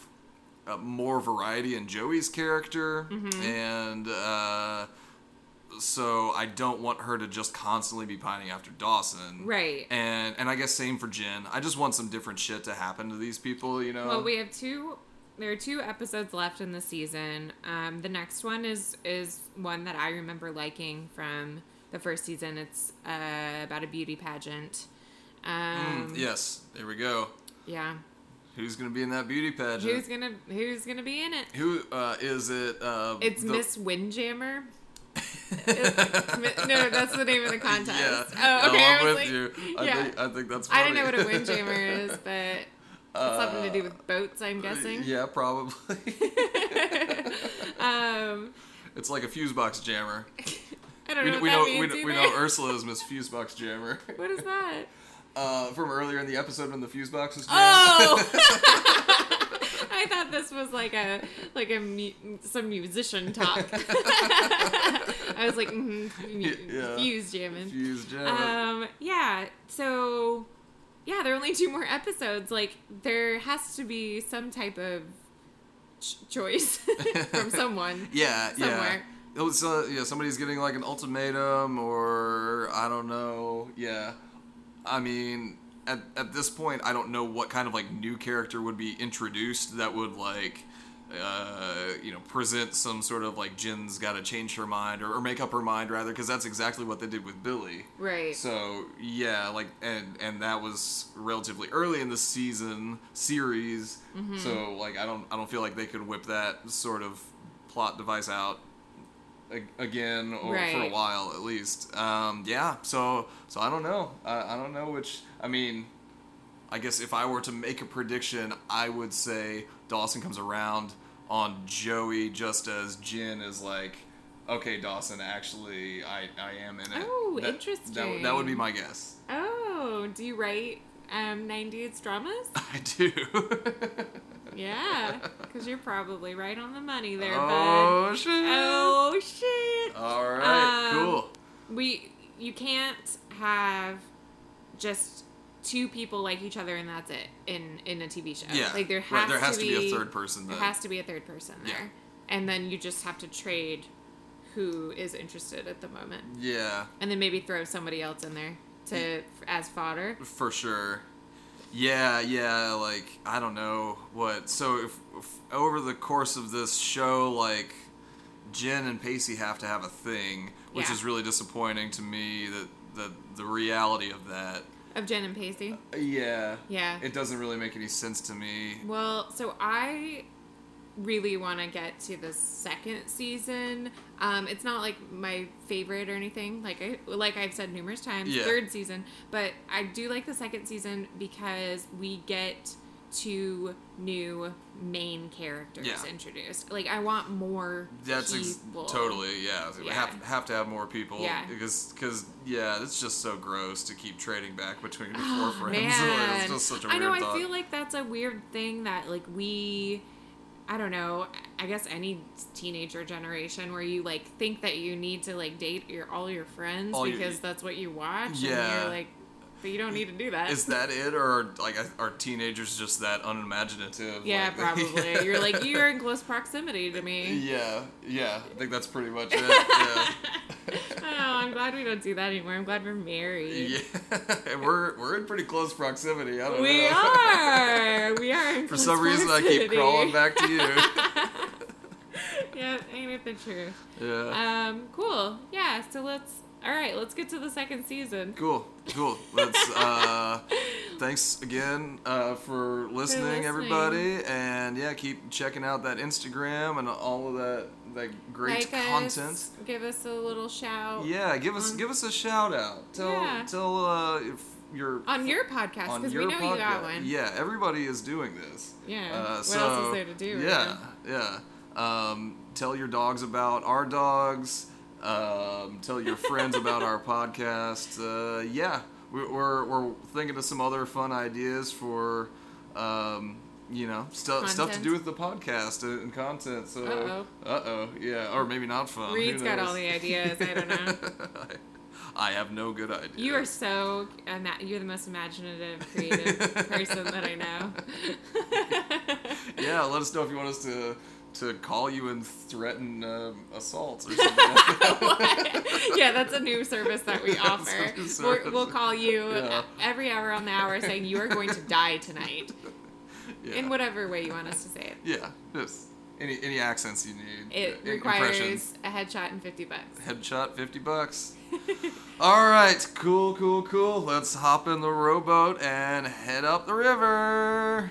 [SPEAKER 2] uh, more variety in Joey's character,
[SPEAKER 3] Mm-hmm.
[SPEAKER 2] and uh, so I don't want her to just constantly be pining after Dawson.
[SPEAKER 3] Right.
[SPEAKER 2] And and I guess same for Jen. I just want some different shit to happen to these people, you know.
[SPEAKER 3] Well, we have two. There are two episodes left in the season. Um, the next one is is one that I remember liking from the first season. It's uh, about a beauty pageant. Um,
[SPEAKER 2] Hmm, yes, there we go.
[SPEAKER 3] yeah.
[SPEAKER 2] Who's gonna be in that beauty pageant?
[SPEAKER 3] Who's gonna Who's gonna be in it?
[SPEAKER 2] Who uh, is it? Uh,
[SPEAKER 3] It's
[SPEAKER 2] the-
[SPEAKER 3] Miss Windjammer. It's Mi- no, that's the name of the contest.
[SPEAKER 2] Yeah.
[SPEAKER 3] Oh, okay.
[SPEAKER 2] No,
[SPEAKER 3] i
[SPEAKER 2] I'm
[SPEAKER 3] was
[SPEAKER 2] with
[SPEAKER 3] like-
[SPEAKER 2] you. I,
[SPEAKER 3] yeah.
[SPEAKER 2] think, I think that's. Funny.
[SPEAKER 3] I don't know what a windjammer is, but it's something to do with boats, I'm guessing.
[SPEAKER 2] Uh, Yeah, probably.
[SPEAKER 3] Um,
[SPEAKER 2] It's like a fuse box jammer.
[SPEAKER 3] I don't
[SPEAKER 2] We,
[SPEAKER 3] know what
[SPEAKER 2] we
[SPEAKER 3] that
[SPEAKER 2] know we,
[SPEAKER 3] means
[SPEAKER 2] know- we
[SPEAKER 3] either.
[SPEAKER 2] know Ursula is Miss Fuse Box Jammer
[SPEAKER 3] What is that?
[SPEAKER 2] uh, from earlier in the episode when the fuse box was jammed.
[SPEAKER 3] Oh! I thought this was like a like a mu- some musician talk. I was like, mm-hmm,
[SPEAKER 2] Yeah.
[SPEAKER 3] fuse jamming.
[SPEAKER 2] Fuse jammer.
[SPEAKER 3] Um, yeah. So, yeah, there are only two more episodes. Like, there has to be some type of ch- choice from someone.
[SPEAKER 2] yeah,
[SPEAKER 3] somewhere.
[SPEAKER 2] yeah. It was, uh, yeah, somebody's getting like an ultimatum, or I don't know. Yeah, I mean, at at this point, I don't know what kind of like new character would be introduced that would like. Uh, you know, present some sort of like Jin's got to change her mind or, or make up her mind rather, because that's exactly what they did with Billy.
[SPEAKER 3] Right.
[SPEAKER 2] So yeah, like and and that was relatively early in the season series.
[SPEAKER 3] Mm-hmm.
[SPEAKER 2] So like I don't I don't feel like they could whip that sort of plot device out a- again or for a
[SPEAKER 3] Right.
[SPEAKER 2] while at least. Um, yeah. So so I don't know. I, I don't know which. I mean, I guess if I were to make a prediction, I would say Dawson comes around on Joey just as Jin is like, okay, Dawson, actually, I, I am in it.
[SPEAKER 3] Oh,
[SPEAKER 2] That- That, would- that would be
[SPEAKER 3] interesting.
[SPEAKER 2] my guess.
[SPEAKER 3] oh, do you write um, 90s dramas?
[SPEAKER 2] I do.
[SPEAKER 3] Yeah. Because you're probably right on the money there, bud.
[SPEAKER 2] oh, shit.
[SPEAKER 3] Oh, shit.
[SPEAKER 2] All right,
[SPEAKER 3] Um,
[SPEAKER 2] cool.
[SPEAKER 3] We you can't have just two people like each other and that's it in in a TV show.
[SPEAKER 2] Yeah.
[SPEAKER 3] Like there
[SPEAKER 2] right,
[SPEAKER 3] has,
[SPEAKER 2] there has
[SPEAKER 3] to,
[SPEAKER 2] to
[SPEAKER 3] be,
[SPEAKER 2] a third person.
[SPEAKER 3] There
[SPEAKER 2] that-
[SPEAKER 3] has to be a third person
[SPEAKER 2] Yeah.
[SPEAKER 3] there. And then you just have to trade who is interested at the moment.
[SPEAKER 2] yeah.
[SPEAKER 3] And then maybe throw somebody else in there to as fodder.
[SPEAKER 2] for sure. Yeah, yeah, like I don't know what. So if, if over the course of this show, like Jen and Pacey have to have a thing, which
[SPEAKER 3] Yeah.
[SPEAKER 2] is really disappointing to me. That the the reality of that.
[SPEAKER 3] Of Jen and Pacey.
[SPEAKER 2] Yeah.
[SPEAKER 3] Yeah.
[SPEAKER 2] It doesn't really make any sense to me.
[SPEAKER 3] Well, so I really want to get to the second season. Um, it's not like my favorite or anything. Like I like I've said numerous times,
[SPEAKER 2] Yeah.
[SPEAKER 3] third season, but I do like the second season because we get two new main characters
[SPEAKER 2] Yeah.
[SPEAKER 3] introduced. Like I want more
[SPEAKER 2] That's ex-
[SPEAKER 3] people.
[SPEAKER 2] totally yeah. We
[SPEAKER 3] Yeah.
[SPEAKER 2] have have to have more people
[SPEAKER 3] Yeah.
[SPEAKER 2] because because yeah, it's just so gross to keep trading back between the four
[SPEAKER 3] Oh,
[SPEAKER 2] friends.
[SPEAKER 3] man.
[SPEAKER 2] Like, it's just such a
[SPEAKER 3] I
[SPEAKER 2] weird
[SPEAKER 3] know.
[SPEAKER 2] thought.
[SPEAKER 3] I feel like that's a weird thing that like we, I don't know. I guess any teenager generation where you like think that you need to like date your all your friends
[SPEAKER 2] All your-
[SPEAKER 3] because that's what you watch. And
[SPEAKER 2] Yeah.
[SPEAKER 3] you're like, but you don't need to do that.
[SPEAKER 2] Is that it, or like are- are teenagers just that unimaginative?
[SPEAKER 3] yeah,
[SPEAKER 2] Like,
[SPEAKER 3] probably. You're like you're in close proximity to me.
[SPEAKER 2] Yeah, yeah. I think that's pretty much it. Yeah.
[SPEAKER 3] Oh, I'm glad we don't do that anymore. I'm glad we're married.
[SPEAKER 2] yeah. And we're we're in pretty close proximity. I don't know.
[SPEAKER 3] We are. We are. in
[SPEAKER 2] For some
[SPEAKER 3] close
[SPEAKER 2] reason, I keep
[SPEAKER 3] proximity.
[SPEAKER 2] crawling back to you.
[SPEAKER 3] Yeah, ain't it the truth?
[SPEAKER 2] yeah.
[SPEAKER 3] Um, cool. Yeah, so let's all right, let's get to the second season.
[SPEAKER 2] Cool, cool. Let's. Uh, thanks again uh, for listening,
[SPEAKER 3] listening.
[SPEAKER 2] everybody, and yeah, keep checking out that Instagram and all of that that great
[SPEAKER 3] Like us,
[SPEAKER 2] content.
[SPEAKER 3] give us a little shout.
[SPEAKER 2] Yeah, give us
[SPEAKER 3] Oh, on-
[SPEAKER 2] give us a shout out. Tell
[SPEAKER 3] Yeah.
[SPEAKER 2] tell uh, if your
[SPEAKER 3] On your podcast,
[SPEAKER 2] on
[SPEAKER 3] because
[SPEAKER 2] your
[SPEAKER 3] we know you got
[SPEAKER 2] podcast.
[SPEAKER 3] one.
[SPEAKER 2] Yeah, everybody is doing this.
[SPEAKER 3] Yeah,
[SPEAKER 2] Uh,
[SPEAKER 3] what
[SPEAKER 2] so,
[SPEAKER 3] else is there to do? right
[SPEAKER 2] Yeah,
[SPEAKER 3] now?
[SPEAKER 2] yeah. Um, tell your dogs about our dogs. Um, tell your friends about our podcast. Uh, yeah, we, we're we're thinking of some other fun ideas for. Um, you know, stuff stuff to
[SPEAKER 3] Content.
[SPEAKER 2] do with the podcast and, and content. So,
[SPEAKER 3] Uh-oh.
[SPEAKER 2] uh oh, yeah, or maybe not fun. who
[SPEAKER 3] Reed's got all
[SPEAKER 2] knows?
[SPEAKER 3] the ideas. I don't know.
[SPEAKER 2] I have no good idea.
[SPEAKER 3] You are so ima- you're the most imaginative, creative person that I know.
[SPEAKER 2] Yeah, let us know if you want us to to call you and threaten um, assaults or something. like that.
[SPEAKER 3] yeah, that's a new service that
[SPEAKER 2] Yeah,
[SPEAKER 3] we
[SPEAKER 2] it's
[SPEAKER 3] offer.
[SPEAKER 2] a new
[SPEAKER 3] We're, we'll
[SPEAKER 2] service.
[SPEAKER 3] call you
[SPEAKER 2] Yeah.
[SPEAKER 3] uh, every hour on the hour saying you are going to die tonight
[SPEAKER 2] yeah.
[SPEAKER 3] in whatever way you want us to say it.
[SPEAKER 2] yeah, just any any accents you need.
[SPEAKER 3] It
[SPEAKER 2] Yeah,
[SPEAKER 3] requires
[SPEAKER 2] impressions.
[SPEAKER 3] a headshot and 50 bucks.
[SPEAKER 2] Headshot, fifty bucks. All right, cool, cool, cool. Let's hop in the rowboat and head up the river.